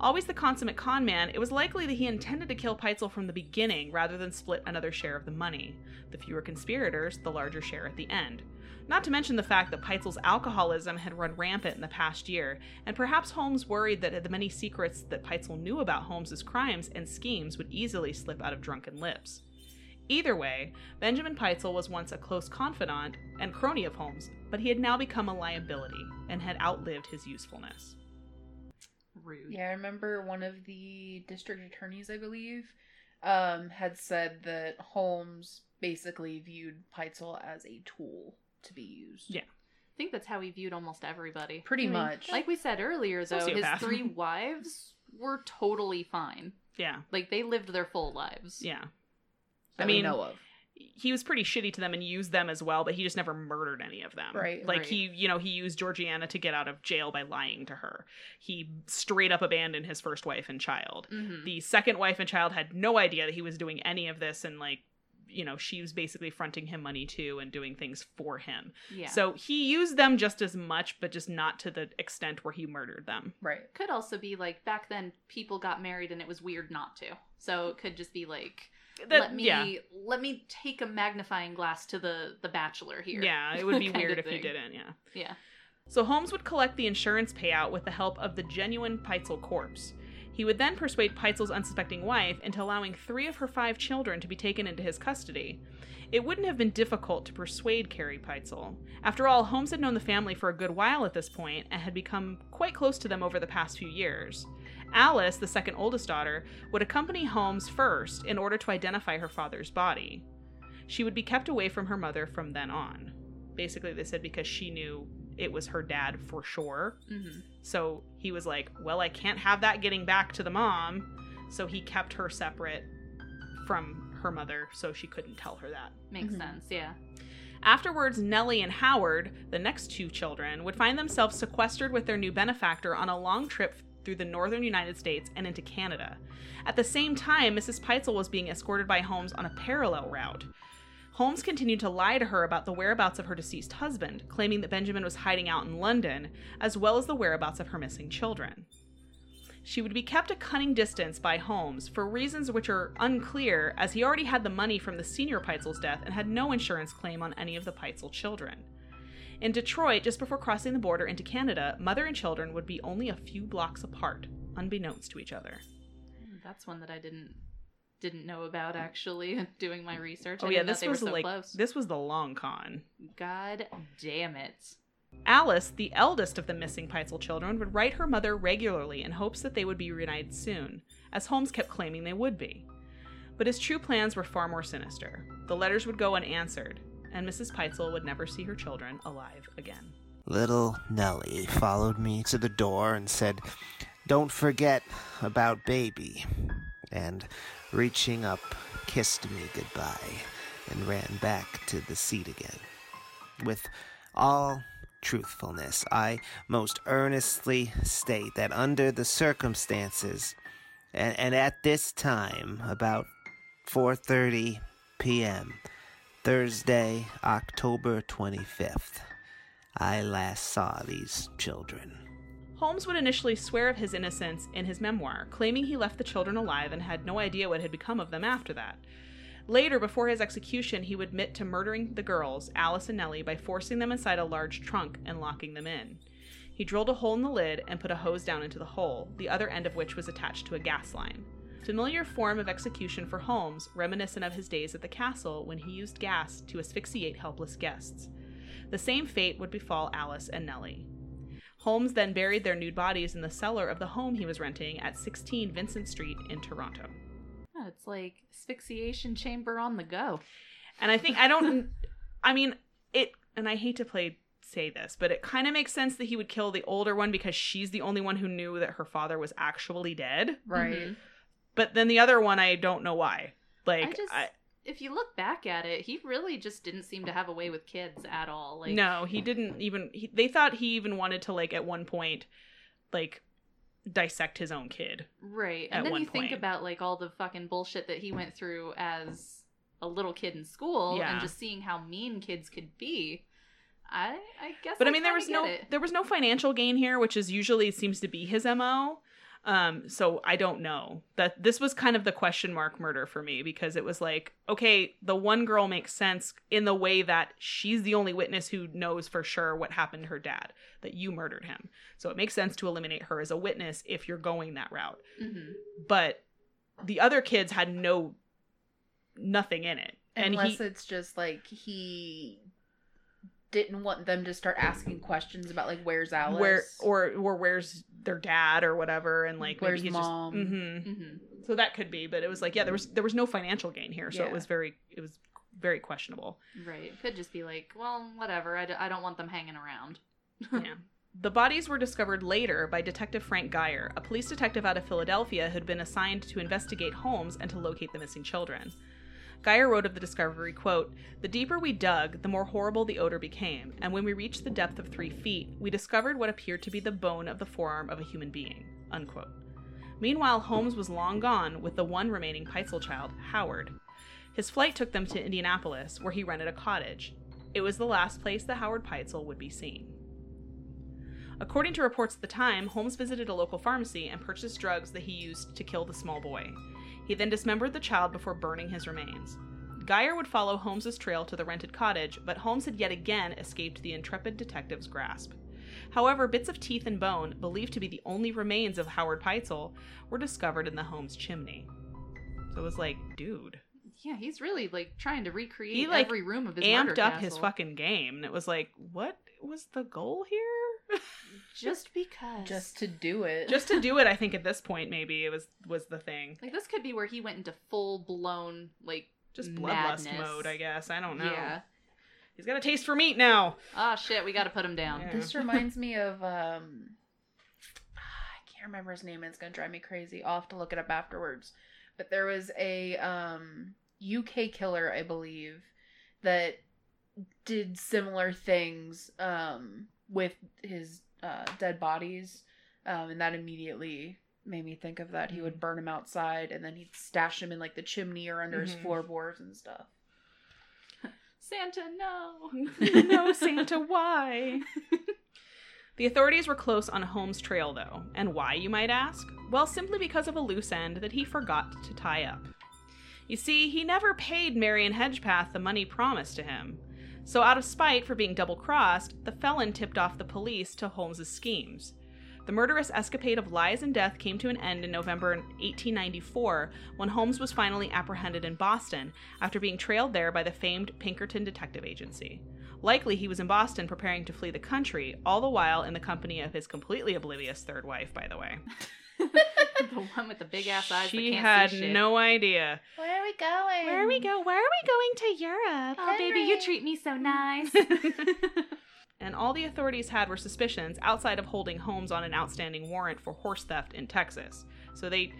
[SPEAKER 2] Always the consummate con man, it was likely that he intended to kill Peitzel from the beginning rather than split another share of the money. The fewer conspirators, the larger share at the end. Not to mention the fact that Peitzel's alcoholism had run rampant in the past year, and perhaps Holmes worried that the many secrets that Peitzel knew about Holmes's crimes and schemes would easily slip out of drunken lips. Either way, Benjamin Peitzel was once a close confidant and crony of Holmes, but he had now become a liability and had outlived his usefulness.
[SPEAKER 1] Rude.
[SPEAKER 3] Yeah, I remember one of the district attorneys, I believe, um, had said that Holmes basically viewed Peitzel as a tool to be used.
[SPEAKER 2] Yeah. Mm-hmm.
[SPEAKER 1] I think that's how he viewed almost everybody.
[SPEAKER 3] Pretty
[SPEAKER 2] I mean,
[SPEAKER 3] much.
[SPEAKER 1] Like we said earlier, though, his
[SPEAKER 2] Sociopath.
[SPEAKER 1] three wives were totally fine.
[SPEAKER 2] Yeah,
[SPEAKER 1] Like they lived their full lives.
[SPEAKER 2] yeah.
[SPEAKER 3] that
[SPEAKER 2] I
[SPEAKER 3] we
[SPEAKER 2] mean,
[SPEAKER 3] know of.
[SPEAKER 2] he was pretty shitty to them and used them as well, but he just never murdered any of them.
[SPEAKER 3] Right,
[SPEAKER 2] Like
[SPEAKER 1] right.
[SPEAKER 2] he, you know, he used Georgiana to get out of jail by lying to her. He straight up abandoned his first wife and child.
[SPEAKER 1] hmm
[SPEAKER 2] The second wife and child had no idea that he was doing any of this and like you know, she was basically fronting him money too and doing things for him.
[SPEAKER 1] Yeah.
[SPEAKER 2] So he used them just as much, but just not to the extent where he murdered them.
[SPEAKER 3] Right.
[SPEAKER 1] could also be like back then people got married and it was weird not to. So it could just be like
[SPEAKER 2] That-
[SPEAKER 1] let me
[SPEAKER 2] yeah,
[SPEAKER 1] let me take a magnifying glass to the the bachelor here.
[SPEAKER 2] yeah, it would be
[SPEAKER 1] Kind
[SPEAKER 2] weird
[SPEAKER 1] of
[SPEAKER 2] if he
[SPEAKER 1] thing.
[SPEAKER 2] didn't. Yeah.
[SPEAKER 1] Yeah.
[SPEAKER 2] So Holmes would collect the insurance payout with the help of the genuine Peitzel corpse. He would then persuade Peitzel's unsuspecting wife into allowing three of her five children to be taken into his custody. It wouldn't have been difficult to persuade Carrie Peitzel. After all, Holmes had known the family for a good while at this point and had become quite close to them over the past few years. Alice, the second oldest daughter, would accompany Holmes first in order to identify her father's body. She would be kept away from her mother from then on. Basically, they said because she knew it was her dad for sure.
[SPEAKER 1] hmm
[SPEAKER 2] So he was like, Well, I can't have that getting back to the mom. So he kept her separate from her mother so she couldn't tell her that.
[SPEAKER 1] Makes
[SPEAKER 3] Mhm.
[SPEAKER 1] sense. Yeah.
[SPEAKER 2] Afterwards, Nellie and Howard, the next two children, would find themselves sequestered with their new benefactor on a long trip through the northern United States and into Canada. At the same time, Mrs. Peitzel was being escorted by Holmes on a parallel route. Holmes continued to lie to her about the whereabouts of her deceased husband, claiming that Benjamin was hiding out in London, as well as the whereabouts of her missing children. She would be kept a cunning distance by Holmes for reasons which are unclear, as he already had the money from the senior Peitzel's death and had no insurance claim on any of the Peitzel children. In Detroit, just before crossing the border into Canada, mother and children would be only a few blocks apart, unbeknownst to each other.
[SPEAKER 1] Mm, That's one that I didn't didn't know about actually doing my research. I
[SPEAKER 2] oh yeah,
[SPEAKER 1] didn't know
[SPEAKER 2] this
[SPEAKER 1] they
[SPEAKER 2] was
[SPEAKER 1] were so
[SPEAKER 2] like
[SPEAKER 1] close.
[SPEAKER 2] this was the long con.
[SPEAKER 1] God damn it.
[SPEAKER 2] Alice, the eldest of the missing Peitzel children, would write her mother regularly in hopes that they would be reunited soon, as Holmes kept claiming they would be. But his true plans were far more sinister. The letters would go unanswered, and Mrs. Peitzel would never see her children alive again.
[SPEAKER 5] Little Nellie followed me to the door and said, Don't forget about baby. And reaching up, kissed me goodbye and ran back to the seat again. With all truthfulness, I most earnestly state that under the circumstances, and, and at this time, about 4:30 p.m., Thursday, October 25th, I last saw these children.
[SPEAKER 2] Holmes would initially swear of his innocence in his memoir, claiming he left the children alive and had no idea what had become of them after that. Later, before his execution, he would admit to murdering the girls, Alice and Nellie, by forcing them inside a large trunk and locking them in. He drilled a hole in the lid and put a hose down into the hole, the other end of which was attached to a gas line. Familiar form of execution for Holmes, reminiscent of his days at the castle when he used gas to asphyxiate helpless guests. The same fate would befall Alice and Nellie. Holmes then buried their nude bodies in the cellar of the home he was renting at 16 Vincent Street in Toronto.
[SPEAKER 1] Oh, it's like asphyxiation chamber on the go.
[SPEAKER 2] And I think I don't I mean it and I hate to play say this, but it kind of makes sense that he would kill the older one because she's the only one who knew that her father was actually dead.
[SPEAKER 3] Right.
[SPEAKER 1] Mhm.
[SPEAKER 2] But then the other one I don't know why. Like
[SPEAKER 1] I just,
[SPEAKER 2] I,
[SPEAKER 1] if you look back at it, he really just didn't seem to have a way with kids at all. Like,
[SPEAKER 2] no, he didn't even he, they thought he even wanted to like at one point like dissect his own kid.
[SPEAKER 1] right.
[SPEAKER 2] at
[SPEAKER 1] And then
[SPEAKER 2] one
[SPEAKER 1] you think
[SPEAKER 2] point.
[SPEAKER 1] about like all the fucking bullshit that he went through as a little kid in school,
[SPEAKER 2] Yeah.
[SPEAKER 1] and just seeing how mean kids could be. I, I guess.
[SPEAKER 2] But I
[SPEAKER 1] I
[SPEAKER 2] mean, there
[SPEAKER 1] kinda
[SPEAKER 2] was
[SPEAKER 1] get
[SPEAKER 2] no
[SPEAKER 1] it.
[SPEAKER 2] there was no financial gain here, which is usually seems to be his mo. Um, so I don't know that this was kind of the question mark murder for me because it was like, okay, the one girl makes sense in the way that she's the only witness who knows for sure what happened to her dad that you murdered him. So it makes sense to eliminate her as a witness if you're going that route.
[SPEAKER 1] Mhm.
[SPEAKER 2] But the other kids had no nothing in it, and
[SPEAKER 3] Unless
[SPEAKER 2] he
[SPEAKER 3] it's just like he didn't want them to start asking questions about like where's Alice?
[SPEAKER 2] where or or where's their dad or whatever, and like
[SPEAKER 3] Where's
[SPEAKER 2] maybe he's
[SPEAKER 3] mom?
[SPEAKER 2] just. Mm-hmm.
[SPEAKER 1] Mhm.
[SPEAKER 2] so that could be but it was like yeah there was there was no financial gain here so it
[SPEAKER 3] Yeah.
[SPEAKER 2] was very it was very questionable
[SPEAKER 1] Right. It could just be like, well, whatever. I, d- I don't want them hanging around.
[SPEAKER 2] yeah the bodies were discovered later by detective frank geyer a police detective out of philadelphia who'd been assigned to investigate holmes and to locate the missing children geyer wrote of the discovery quote the deeper we dug the more horrible the odor became and when we reached the depth of three feet we discovered what appeared to be the bone of the forearm of a human being unquote meanwhile holmes was long gone with the one remaining peitzel child howard His flight took them to Indianapolis, where he rented a cottage. It was the last place that Howard Peitzel would be seen. According to reports at the time, Holmes visited a local pharmacy and purchased drugs that he used to kill the small boy. He then dismembered the child before burning his remains. Geyer would follow Holmes's trail to the rented cottage, but Holmes had yet again escaped the intrepid detective's grasp. However, bits of teeth and bone, believed to be the only remains of Howard Peitzel, were discovered in the home's chimney. So it was like, dude.
[SPEAKER 1] Yeah, he's really like trying to recreate
[SPEAKER 2] He, like,
[SPEAKER 1] every room of his
[SPEAKER 2] amped
[SPEAKER 1] murder
[SPEAKER 2] up his
[SPEAKER 1] castle.
[SPEAKER 2] fucking game and it was like what was the goal here
[SPEAKER 1] just because
[SPEAKER 3] just to do it.
[SPEAKER 2] just to do it i think at this point maybe it was was the thing
[SPEAKER 1] like this could be where he went into full blown like
[SPEAKER 2] just bloodlust
[SPEAKER 1] Madness.
[SPEAKER 2] mode i guess i don't know
[SPEAKER 1] yeah
[SPEAKER 2] he's got a taste for meat now
[SPEAKER 1] oh shit we got to put him down
[SPEAKER 2] Yeah.
[SPEAKER 3] This reminds me of um I can't remember his name, it's gonna drive me crazy. I'll have to look it up afterwards. But there was a um UK killer, I believe, that did similar things um with his uh dead bodies. Um and that immediately made me think of that. He would burn him outside and then he'd stash him in like the chimney or under his
[SPEAKER 2] Mhm.
[SPEAKER 3] floorboards and stuff.
[SPEAKER 1] Santa no
[SPEAKER 2] no santa why the authorities were close on holmes trail though and why you might ask well simply because of a loose end that he forgot to tie up you see he never paid marion hedgepath the money promised to him So, out of spite for being double crossed, the felon tipped off the police to Holmes's schemes. The murderous escapade of lies and death came to an end in November 1894 when Holmes was finally apprehended in Boston after being trailed there by the famed Pinkerton Detective Agency. Likely, he was in Boston preparing to flee the country, all the while in the company of his completely oblivious third wife, by the way.
[SPEAKER 1] the one with the big ass eyes
[SPEAKER 2] She
[SPEAKER 1] that can't
[SPEAKER 2] had
[SPEAKER 1] see shit.
[SPEAKER 2] no idea.
[SPEAKER 3] Where are we going?
[SPEAKER 2] go? Where are we going to Europe?
[SPEAKER 1] oh baby you treat me so nice
[SPEAKER 2] and all the authorities had were suspicions outside of holding Holmes on an outstanding warrant for horse theft in Texas. So they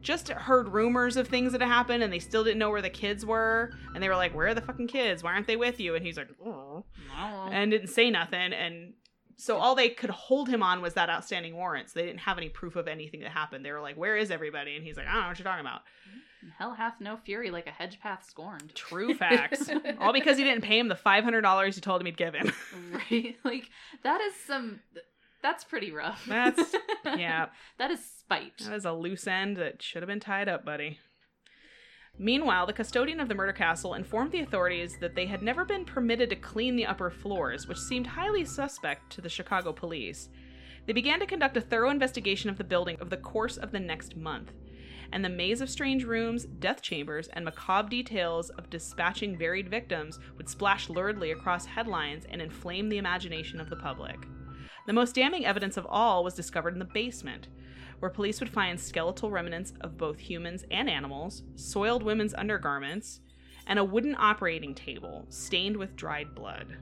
[SPEAKER 2] just heard rumors of things that had happened and they still didn't know where the kids were. And they were like, Where are the fucking kids? Why aren't they with you? And he's like, "Oh,"
[SPEAKER 1] Um,
[SPEAKER 2] and didn't say nothing. And so all they could hold him on was that outstanding warrant. So they didn't have any proof of anything that happened. They were like, Where is everybody? And he's like, I don't know what you're talking about.
[SPEAKER 1] hell hath no fury like a hedge path scorned
[SPEAKER 2] True facts. all because he didn't pay him the $500 he told him he'd give him.
[SPEAKER 1] right like that is some that's pretty rough
[SPEAKER 2] That's- yeah.
[SPEAKER 1] that is spite
[SPEAKER 2] That is a loose end that should have been tied up, buddy. Meanwhile, the custodian of the murder castle informed the authorities that they had never been permitted to clean the upper floors, which seemed highly suspect to the Chicago police. They began to conduct a thorough investigation of the building over the course of the next month, and the maze of strange rooms, death chambers, and macabre details of dispatching varied victims would splash luridly across headlines and inflame the imagination of the public. The most damning evidence of all was discovered in the basement, where police would find skeletal remnants of both humans and animals, soiled women's undergarments, and a wooden operating table stained with dried blood.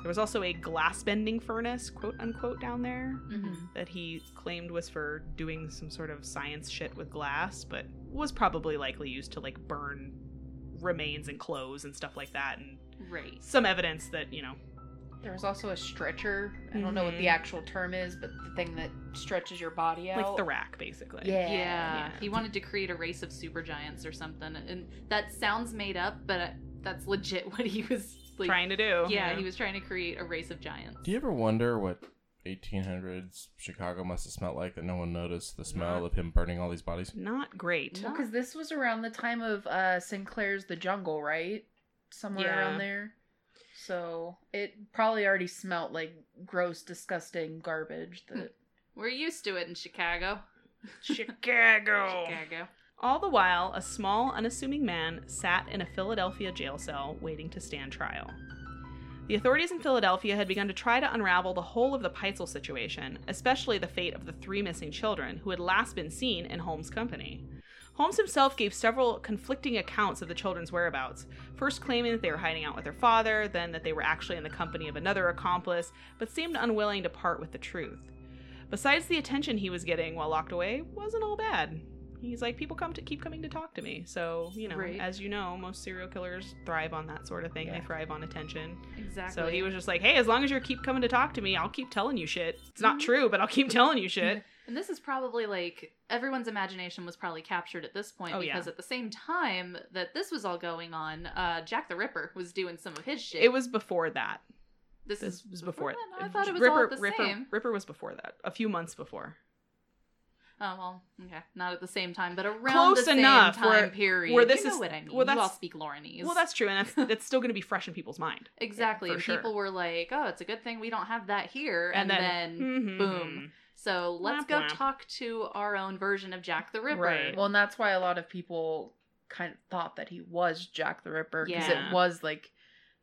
[SPEAKER 2] There was also a glass bending furnace, quote unquote, down there
[SPEAKER 1] Mm-hmm.
[SPEAKER 2] that he claimed was for doing some sort of science shit with glass, but was probably likely used to like burn remains and clothes and stuff like that, and
[SPEAKER 1] Right.
[SPEAKER 2] some evidence that, you know,
[SPEAKER 3] There was also a stretcher. I don't know what
[SPEAKER 2] Mhm.
[SPEAKER 3] the actual term is, but the thing that stretches your body out.
[SPEAKER 2] like the rack basically.
[SPEAKER 3] Yeah.
[SPEAKER 1] Yeah.
[SPEAKER 2] Yeah.
[SPEAKER 1] He wanted to create a race of supergiants or something. And that sounds made up, but uh, that's legit what he was like.
[SPEAKER 2] Trying to do.
[SPEAKER 1] yeah, he was trying to create a race of giants.
[SPEAKER 4] Do you ever wonder what 1800s Chicago must have smelled like that no one noticed the smell of him burning all these bodies?
[SPEAKER 2] not great.
[SPEAKER 1] No.
[SPEAKER 3] Because this was around the time of uh, Sinclair's The Jungle, right? Somewhere
[SPEAKER 2] Yeah.
[SPEAKER 3] around there. So it probably already smelt like gross, disgusting garbage. That
[SPEAKER 1] We're used to it in Chicago.
[SPEAKER 2] Chicago.
[SPEAKER 1] Chicago.
[SPEAKER 2] All the while, a small, unassuming man sat in a Philadelphia jail cell waiting to stand trial. The authorities in Philadelphia had begun to try to unravel the whole of the Peitzel situation, especially the fate of the three missing children who had last been seen in Holmes' company. Holmes himself gave several conflicting accounts of the children's whereabouts, first claiming that they were hiding out with their father, then that they were actually in the company of another accomplice, but seemed unwilling to part with the truth. Besides, the attention he was getting while locked away wasn't all bad. He's like, people come to keep coming to talk to me. So, you know,
[SPEAKER 1] Right.
[SPEAKER 2] as you know, most serial killers thrive on that sort of thing.
[SPEAKER 4] Yeah.
[SPEAKER 2] They thrive on attention.
[SPEAKER 1] Exactly.
[SPEAKER 2] So he was just like, hey, as long as you keep coming to talk to me, I'll keep telling you shit. It's not
[SPEAKER 1] Mhm.
[SPEAKER 2] true, but I'll keep telling you shit.
[SPEAKER 1] And this is probably like everyone's imagination was probably captured at this point
[SPEAKER 2] Oh, yeah.
[SPEAKER 1] because at the same time that this was all going on, uh, Jack the Ripper was doing some of his shit.
[SPEAKER 2] It was before that.
[SPEAKER 1] this,
[SPEAKER 2] This
[SPEAKER 1] is
[SPEAKER 2] was before.
[SPEAKER 1] that? No, I thought it was
[SPEAKER 2] Ripper,
[SPEAKER 1] all at the
[SPEAKER 2] Ripper,
[SPEAKER 1] same.
[SPEAKER 2] Ripper was before that. A few months before.
[SPEAKER 1] oh well, okay, not at the same time, but around
[SPEAKER 2] Close
[SPEAKER 1] the
[SPEAKER 2] enough,
[SPEAKER 1] same time
[SPEAKER 2] where-
[SPEAKER 1] period.
[SPEAKER 2] where this
[SPEAKER 1] you know
[SPEAKER 2] is-
[SPEAKER 1] what I mean.
[SPEAKER 2] well,
[SPEAKER 1] you all
[SPEAKER 2] that's-
[SPEAKER 1] speak Laurenese.
[SPEAKER 2] Well, that's true, and that's, that's still going to be fresh in people's mind.
[SPEAKER 1] exactly.
[SPEAKER 2] for
[SPEAKER 1] and
[SPEAKER 2] sure.
[SPEAKER 1] people were like, "Oh, it's a good thing we don't have that here." And,
[SPEAKER 2] And then-
[SPEAKER 1] then,
[SPEAKER 2] Mhm.
[SPEAKER 1] boom. So let's
[SPEAKER 2] Womp
[SPEAKER 1] go
[SPEAKER 2] womp.
[SPEAKER 1] talk to our own version of Jack the Ripper.
[SPEAKER 2] Right.
[SPEAKER 3] well, and that's why a lot of people kind of thought that he was Jack the Ripper because
[SPEAKER 1] Yeah.
[SPEAKER 3] it was like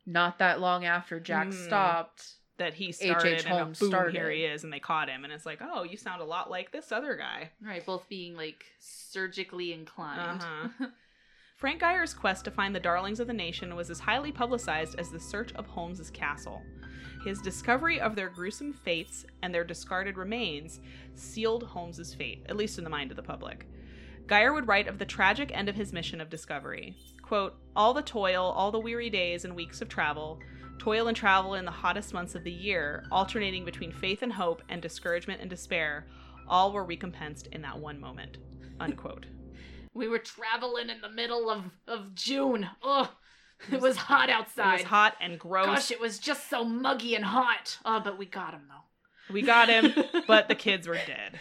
[SPEAKER 3] not that long after Jack
[SPEAKER 2] Mm.
[SPEAKER 3] stopped.
[SPEAKER 2] That he
[SPEAKER 3] H.H.
[SPEAKER 2] started, and
[SPEAKER 3] Holmes
[SPEAKER 2] boom,
[SPEAKER 3] started.
[SPEAKER 2] here he is, and they caught him, and it's like, oh, you sound a lot like this other guy.
[SPEAKER 1] Right, both being like surgically inclined.
[SPEAKER 2] Uh-huh. Frank Geyer's quest to find the darlings of the nation was as highly publicized as the search of Holmes's castle. His discovery of their gruesome fates and their discarded remains sealed Holmes's fate, at least in the mind of the public. Geyer would write of the tragic end of his mission of discovery. Quote, all the toil, all the weary days and weeks of travel, toil and travel in the hottest months of the year, alternating between faith and hope and discouragement and despair, all were recompensed in that one moment. Unquote.
[SPEAKER 1] We were traveling in the middle of, of June. Ugh. It was hot outside.
[SPEAKER 2] It was hot and gross.
[SPEAKER 1] Gosh, it was just so muggy and hot. Oh, but we got him though.
[SPEAKER 2] we got him, but the kids were dead.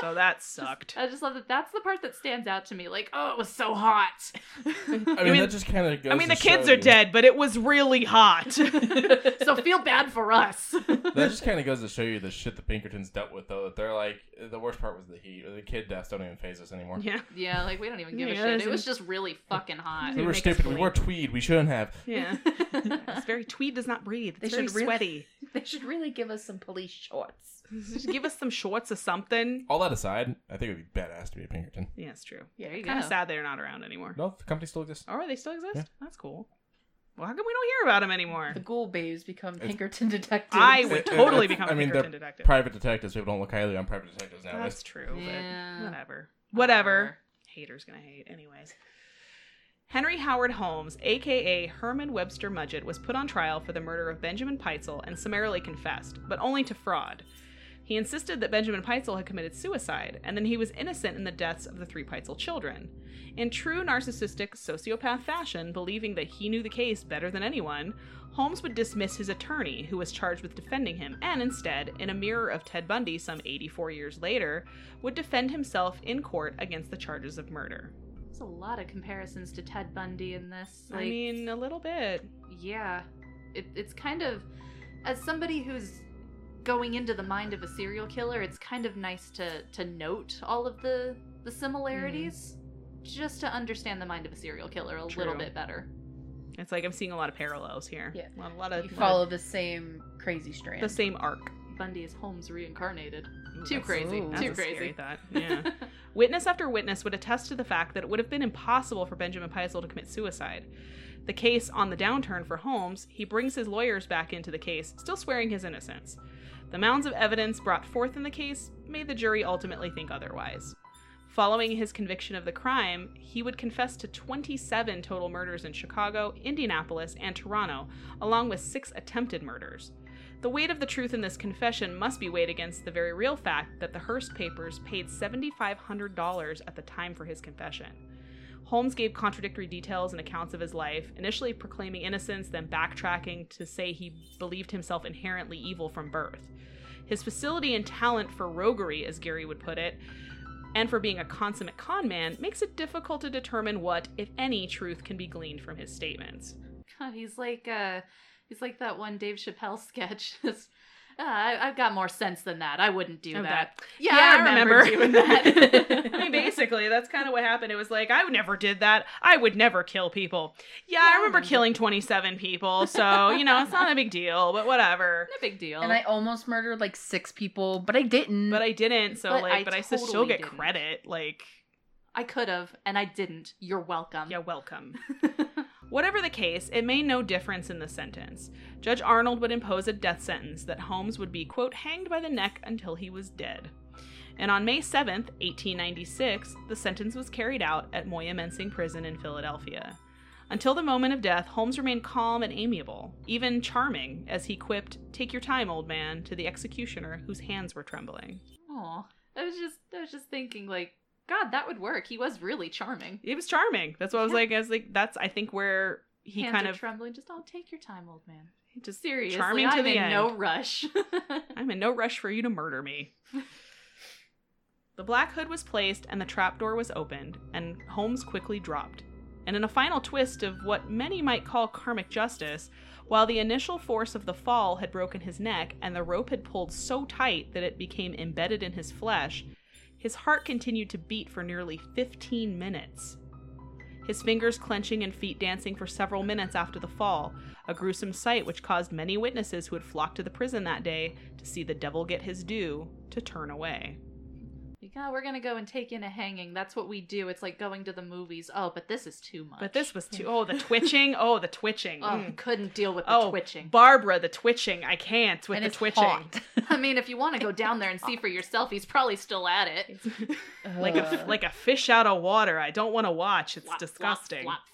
[SPEAKER 2] So that sucked.
[SPEAKER 1] I just love that. That's the part that stands out to me. Like, oh, it was so hot.
[SPEAKER 4] I mean, that just kind of goes.
[SPEAKER 2] I mean,
[SPEAKER 4] to
[SPEAKER 2] the kids
[SPEAKER 4] show
[SPEAKER 2] are
[SPEAKER 4] you-
[SPEAKER 2] dead, but it was really hot.
[SPEAKER 1] so feel bad for us.
[SPEAKER 4] That just kind of goes to show you the shit the Pinkertons dealt with, though. That they're like, the worst part was the heat. The kid deaths don't even phase us anymore.
[SPEAKER 2] yeah,
[SPEAKER 1] yeah, like we don't even give
[SPEAKER 2] Yeah,
[SPEAKER 1] a
[SPEAKER 2] that's
[SPEAKER 1] shit. It was
[SPEAKER 2] in-
[SPEAKER 1] just really fucking hot.
[SPEAKER 4] We were
[SPEAKER 2] Make us
[SPEAKER 4] stupid. We
[SPEAKER 2] bleed.
[SPEAKER 4] wore tweed. We shouldn't have.
[SPEAKER 2] yeah. It's very Tweed does not breathe. It's
[SPEAKER 3] They
[SPEAKER 2] very
[SPEAKER 3] should really-
[SPEAKER 2] sweaty.
[SPEAKER 3] They should really give us some police shorts.
[SPEAKER 2] Just give us some shorts or something.
[SPEAKER 4] All that aside, I think it would be badass to be a Pinkerton.
[SPEAKER 2] Yeah, it's true.
[SPEAKER 1] there you
[SPEAKER 2] Kind
[SPEAKER 1] go.
[SPEAKER 2] of sad they're not around anymore.
[SPEAKER 4] No, the company still exists.
[SPEAKER 2] Oh, they still exist?
[SPEAKER 4] Yeah.
[SPEAKER 2] That's cool. Well, how come we don't hear about them anymore?
[SPEAKER 3] The ghoul babes become
[SPEAKER 4] It's-
[SPEAKER 3] Pinkerton detectives.
[SPEAKER 2] I would
[SPEAKER 4] It- it-
[SPEAKER 2] totally
[SPEAKER 4] it's-
[SPEAKER 2] become
[SPEAKER 4] I
[SPEAKER 2] a
[SPEAKER 4] mean,
[SPEAKER 2] Pinkerton
[SPEAKER 4] they're
[SPEAKER 2] detective.
[SPEAKER 4] Private detectives. People don't look highly on private detectives nowadays.
[SPEAKER 2] That's true,
[SPEAKER 1] Yeah. Uh,
[SPEAKER 2] but whatever. Whatever. Haters gonna hate, anyways. Henry Howard Holmes, aka Herman Webster Mudgett, was put on trial for the murder of Benjamin Peitzel and summarily confessed, but only to fraud. He insisted that Benjamin Peitzel had committed suicide, and then he was innocent in the deaths of the three Peitzel children. In true narcissistic sociopath fashion, believing that he knew the case better than anyone, Holmes would dismiss his attorney, who was charged with defending him, and instead, in a mirror of Ted Bundy some 84 years later, would defend himself in court against the charges of murder.
[SPEAKER 1] There's a lot of comparisons to Ted Bundy in this. Like,
[SPEAKER 2] I mean, a little bit.
[SPEAKER 1] yeah, it, it's kind of as somebody who's going into the mind of a serial killer, it's kind of nice to to note all of the the similarities just to understand the mind of a serial killer a
[SPEAKER 2] True.
[SPEAKER 1] little bit better.
[SPEAKER 2] It's like I'm seeing a lot of parallels here.
[SPEAKER 3] Yeah.
[SPEAKER 2] A lot, a lot of
[SPEAKER 3] You follow the same crazy strand.
[SPEAKER 2] the same arc.
[SPEAKER 1] Bundy is Holmes reincarnated. Too
[SPEAKER 2] That's-
[SPEAKER 1] crazy.
[SPEAKER 3] ooh,
[SPEAKER 2] That's
[SPEAKER 1] Too
[SPEAKER 2] a Scary
[SPEAKER 1] crazy.
[SPEAKER 2] thought. Yeah. Witness after witness would attest to the fact that it would have been impossible for Benjamin Peisel to commit suicide. The case on the downturn for Holmes, he brings his lawyers back into the case, still swearing his innocence. The mounds of evidence brought forth in the case made the jury ultimately think otherwise. Following his conviction of the crime, he would confess to 27 total murders in Chicago, Indianapolis, and Toronto, along with six attempted murders. The weight of the truth in this confession must be weighed against the very real fact that the Hearst papers paid $7,500 at the time for his confession. Holmes gave contradictory details and accounts of his life, initially proclaiming innocence, then backtracking to say he believed himself inherently evil from birth. His facility and talent for roguery, as Gary would put it, and for being a consummate con man makes it difficult to determine what, if any, truth can be gleaned from his statements.
[SPEAKER 1] God, he's like uh he's like that one Dave Chappelle sketch. It's, "Ah, I, I've got more sense than that. I wouldn't do
[SPEAKER 2] Oh,
[SPEAKER 1] that.
[SPEAKER 2] Yeah, I remember, doing that. I mean, basically, that's kind of what happened. It was like, I never did that. I would never kill people. Yeah, I remember killing 27 people. So, you know, it's not a big deal, but whatever.
[SPEAKER 1] no big deal.
[SPEAKER 3] and I almost murdered like six people, but I didn't.
[SPEAKER 2] But I didn't. So,
[SPEAKER 1] But
[SPEAKER 2] like,
[SPEAKER 1] I
[SPEAKER 2] but I still still
[SPEAKER 1] totally
[SPEAKER 2] get
[SPEAKER 1] didn't.
[SPEAKER 2] credit. Like,
[SPEAKER 1] I could have, and I didn't. You're welcome.
[SPEAKER 2] yeah, welcome. Whatever the case, it made no difference in the sentence. Judge Arnold would impose a death sentence that Holmes would be, quote, hanged by the neck until he was dead. And on May 7th, 1896, the sentence was carried out at Moyamensing Prison in Philadelphia. Until the moment of death, Holmes remained calm and amiable, even charming, as he quipped, Take your time, old man, to the executioner whose hands were trembling.
[SPEAKER 1] Aw. I was just I was just thinking like, God, that would work. He was really charming.
[SPEAKER 2] He was charming. That's what I was
[SPEAKER 1] Yeah.
[SPEAKER 2] like. I was like, that's, I think, where he
[SPEAKER 1] Hands
[SPEAKER 2] kind
[SPEAKER 1] are
[SPEAKER 2] of
[SPEAKER 1] trembling. Just don't take your time, old man.
[SPEAKER 2] just
[SPEAKER 1] Seriously,
[SPEAKER 2] charming to
[SPEAKER 1] I'm
[SPEAKER 2] the
[SPEAKER 1] in
[SPEAKER 2] end.
[SPEAKER 1] no rush.
[SPEAKER 2] I'm in no rush for you to murder me. the black hood was placed and the trapdoor was opened, and Holmes quickly dropped. And in a final twist of what many might call karmic justice, while the initial force of the fall had broken his neck and the rope had pulled so tight that it became embedded in his flesh, his heart continued to beat for nearly 15 minutes. His fingers clenching and feet dancing for several minutes after the fall, a gruesome sight which caused many witnesses who had flocked to the prison that day to see the devil get his due to turn away.
[SPEAKER 1] Like, oh, we're gonna go and take in a hanging. That's what we do. It's like going to the movies. Oh, but this is too much.
[SPEAKER 2] But this was too. Oh, the twitching. Oh, the twitching.
[SPEAKER 1] Oh,
[SPEAKER 2] Mm.
[SPEAKER 1] couldn't deal with the
[SPEAKER 2] Oh,
[SPEAKER 1] twitching.
[SPEAKER 2] Barbara, the twitching. I can't with
[SPEAKER 3] and
[SPEAKER 2] the
[SPEAKER 3] it's
[SPEAKER 2] twitching.
[SPEAKER 3] hot.
[SPEAKER 1] I mean, if you want to go down there and see for yourself, he's probably still at it.
[SPEAKER 2] Like a f-
[SPEAKER 3] Ugh.
[SPEAKER 2] like a fish out of water. I don't want to watch. It's
[SPEAKER 1] Flop, flop,
[SPEAKER 2] disgusting.
[SPEAKER 1] Flop,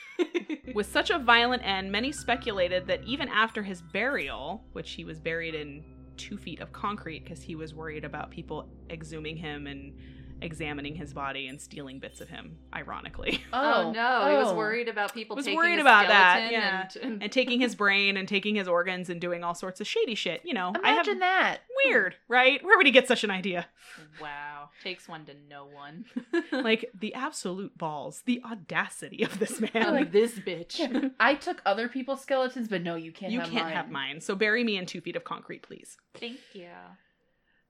[SPEAKER 1] flop.
[SPEAKER 2] With such a violent end, many speculated that even after his burial, which he was buried in two feet of concrete because he was worried about people exhuming him and examining his body and stealing bits of him, ironically,
[SPEAKER 1] Oh, no, he was
[SPEAKER 3] oh.
[SPEAKER 1] worried about people
[SPEAKER 2] Was
[SPEAKER 1] taking
[SPEAKER 2] worried
[SPEAKER 1] his
[SPEAKER 2] about that,
[SPEAKER 1] skeleton
[SPEAKER 2] yeah.
[SPEAKER 1] And,
[SPEAKER 2] and taking his brain and taking his organs and doing all sorts of shady shit. You know, I have
[SPEAKER 3] Imagine that.
[SPEAKER 2] weird, right? Where would he get such an idea?
[SPEAKER 1] wow, takes one to know one.
[SPEAKER 2] Like the absolute balls, the audacity of this
[SPEAKER 3] Oh,
[SPEAKER 2] man.
[SPEAKER 1] Of this bitch.
[SPEAKER 3] Yeah. I took other people's skeletons, but no, you can't.
[SPEAKER 2] you
[SPEAKER 3] have
[SPEAKER 2] can't
[SPEAKER 3] mine.
[SPEAKER 2] have mine. So bury me in two feet of concrete, please.
[SPEAKER 1] Thank you.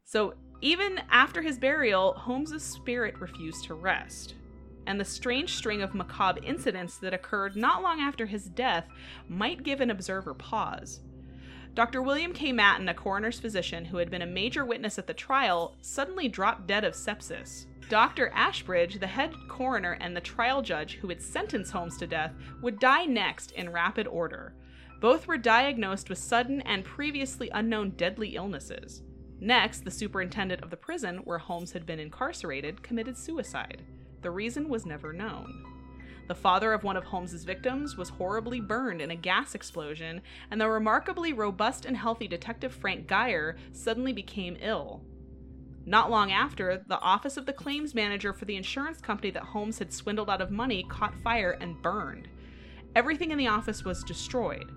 [SPEAKER 2] So even after his burial, Holmes's spirit refused to rest. And the strange string of macabre incidents that occurred not long after his death might give an observer pause. Dr. William K. Matten, a coroner's physician who had been a major witness at the trial, suddenly dropped dead of sepsis. Dr. Ashbridge, the head coroner and the trial judge who had sentenced Holmes to death, would die next in rapid order. Both were diagnosed with sudden and previously unknown deadly illnesses. Next, the superintendent of the prison where Holmes had been incarcerated committed suicide. The reason was never known. The father of one of Holmes's victims was horribly burned in a gas explosion, and the remarkably robust and healthy detective Frank Geyer suddenly became ill. Not long after, the office of the claims manager for the insurance company that Holmes had swindled out of money caught fire and burned. Everything in the office was destroyed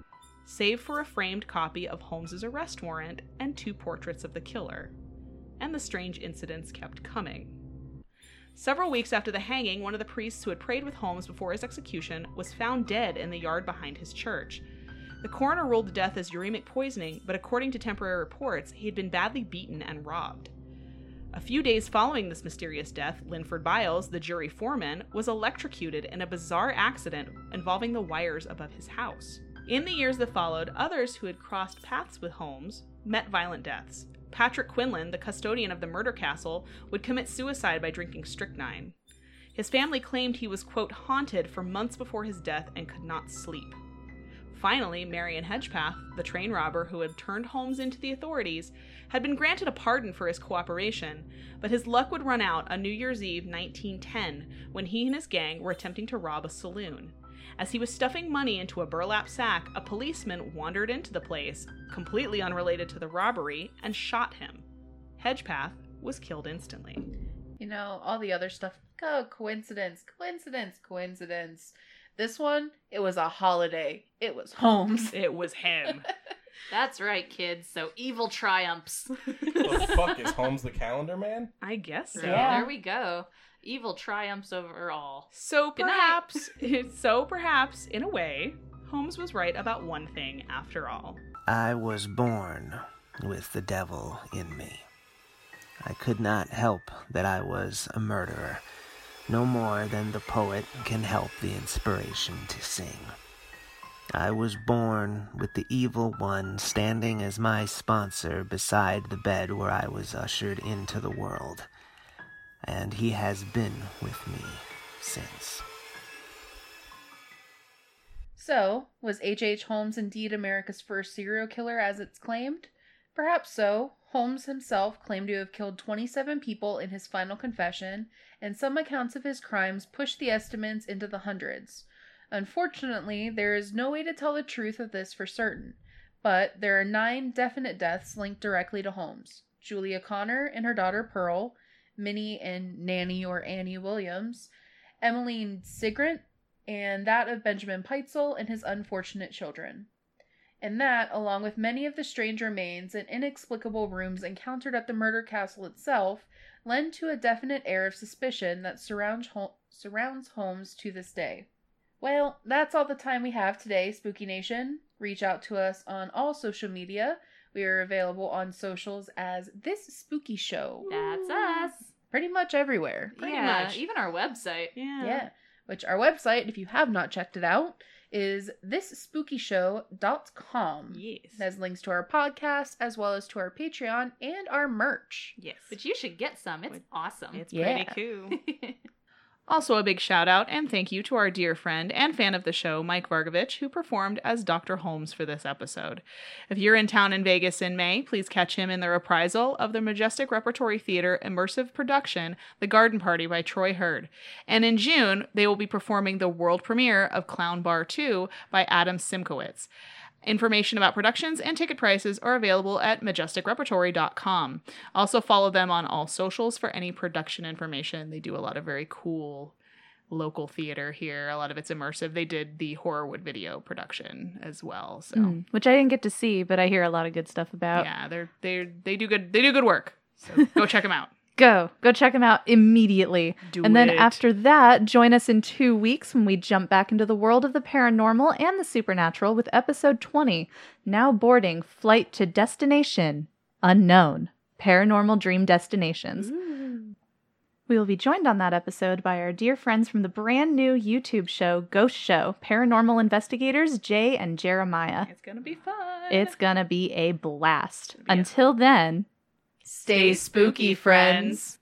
[SPEAKER 2] save for a framed copy of Holmes's arrest warrant and two portraits of the killer. And the strange incidents kept coming. Several weeks after the hanging, one of the priests who had prayed with Holmes before his execution was found dead in the yard behind his church. The coroner ruled the death as uremic poisoning, but according to temporary reports, he had been badly beaten and robbed. A few days following this mysterious death, Linford Biles, the jury foreman, was electrocuted in a bizarre accident involving the wires above his house. In the years that followed, others who had crossed paths with Holmes met violent deaths. Patrick Quinlan, the custodian of the murder castle, would commit suicide by drinking strychnine. His family claimed he was, quote, haunted for months before his death and could not sleep. Finally, Marion Hedgepath, the train robber who had turned Holmes into the authorities, had been granted a pardon for his cooperation, but his luck would run out on New Year's Eve 1910 when he and his gang were attempting to rob a saloon. As he was stuffing money into a burlap sack, a policeman wandered into the place, completely unrelated to the robbery, and shot him. Hedgepath was killed instantly.
[SPEAKER 3] You know, all the other stuff. Oh, coincidence, coincidence, coincidence. This one, it was a holiday. It was Holmes.
[SPEAKER 2] It was him.
[SPEAKER 1] That's right, kids. So evil triumphs.
[SPEAKER 4] the fuck is Holmes the Calendar Man?
[SPEAKER 2] I guess so.
[SPEAKER 1] So
[SPEAKER 3] Yeah.
[SPEAKER 1] there we go. Evil triumphs over all.
[SPEAKER 2] So
[SPEAKER 1] Good night.
[SPEAKER 2] perhaps, so perhaps, in a way, Holmes was right about one thing after all.
[SPEAKER 5] I was born with the devil in me. I could not help that I was a murderer, no more than the poet can help the inspiration to sing. I was born with the evil one standing as my sponsor beside the bed where I was ushered into the world, and he has been with me since.
[SPEAKER 3] So, was H.H. H. Holmes indeed America's first serial killer as it's claimed? Perhaps so. Holmes himself claimed to have killed 27 people in his final confession, and some accounts of his crimes push the estimates into the hundreds. Unfortunately, there is no way to tell the truth of this for certain, but there are nine definite deaths linked directly to Holmes Julia Connor and her daughter Pearl, Minnie and Nanny or Annie Williams, Emmeline Sigrant, and that of Benjamin Peitzel and his unfortunate children. And that, along with many of the strange remains and inexplicable rooms encountered at the murder castle itself, lend to a definite air of suspicion that surrounds, Hol- surrounds Holmes to this day. Well, that's all the time we have today, Spooky Nation. Reach out to us on all social media. We are available on socials as This Spooky Show,
[SPEAKER 1] That's us.
[SPEAKER 3] pretty much everywhere.
[SPEAKER 2] Pretty
[SPEAKER 1] yeah,
[SPEAKER 2] much.
[SPEAKER 1] even our website.
[SPEAKER 2] Yeah.
[SPEAKER 3] Yeah. Which our website, if you have not checked it out, is thisspookyshow.com.
[SPEAKER 2] Yes.
[SPEAKER 3] It has links to our podcast as well as to our Patreon and our merch.
[SPEAKER 2] yes.
[SPEAKER 1] But you should get some. It's
[SPEAKER 2] Would-
[SPEAKER 1] awesome.
[SPEAKER 2] It's
[SPEAKER 3] Yeah.
[SPEAKER 2] pretty cool. Also, a big shout out and thank you to our dear friend and fan of the show, Mike Vargovich, who performed as Dr. Holmes for this episode. If you're in town in Vegas in May, please catch him in the reprisal of the Majestic Repertory Theater immersive production, The Garden Party by Troy Hurd. And in June, they will be performing the world premiere of Clown Bar 2 by Adam Simkowitz. Information about productions and ticket prices are available at majesticrepertory.com. Also, follow them on all socials for any production information. They do a lot of very cool local theater here. A lot of it's immersive. They did the Horrorwood video production as well. So,
[SPEAKER 6] Mm, which I didn't get to see, but I hear a lot of good stuff about.
[SPEAKER 2] yeah, they're they they do good they do good work. So go check them out.
[SPEAKER 6] Go, go check them out immediately.
[SPEAKER 2] Do
[SPEAKER 6] and then
[SPEAKER 2] it.
[SPEAKER 6] after that, join us in two weeks when we jump back into the world of the paranormal and the supernatural with episode 20, now boarding Flight to Destination Unknown Paranormal Dream Destinations. We will be joined on that episode by our dear friends from the brand new YouTube show, Ghost Show Paranormal Investigators Jay and Jeremiah.
[SPEAKER 2] it's gonna be fun.
[SPEAKER 6] It's going to be a blast.
[SPEAKER 2] Yeah.
[SPEAKER 6] Until then,
[SPEAKER 2] Stay spooky, friends.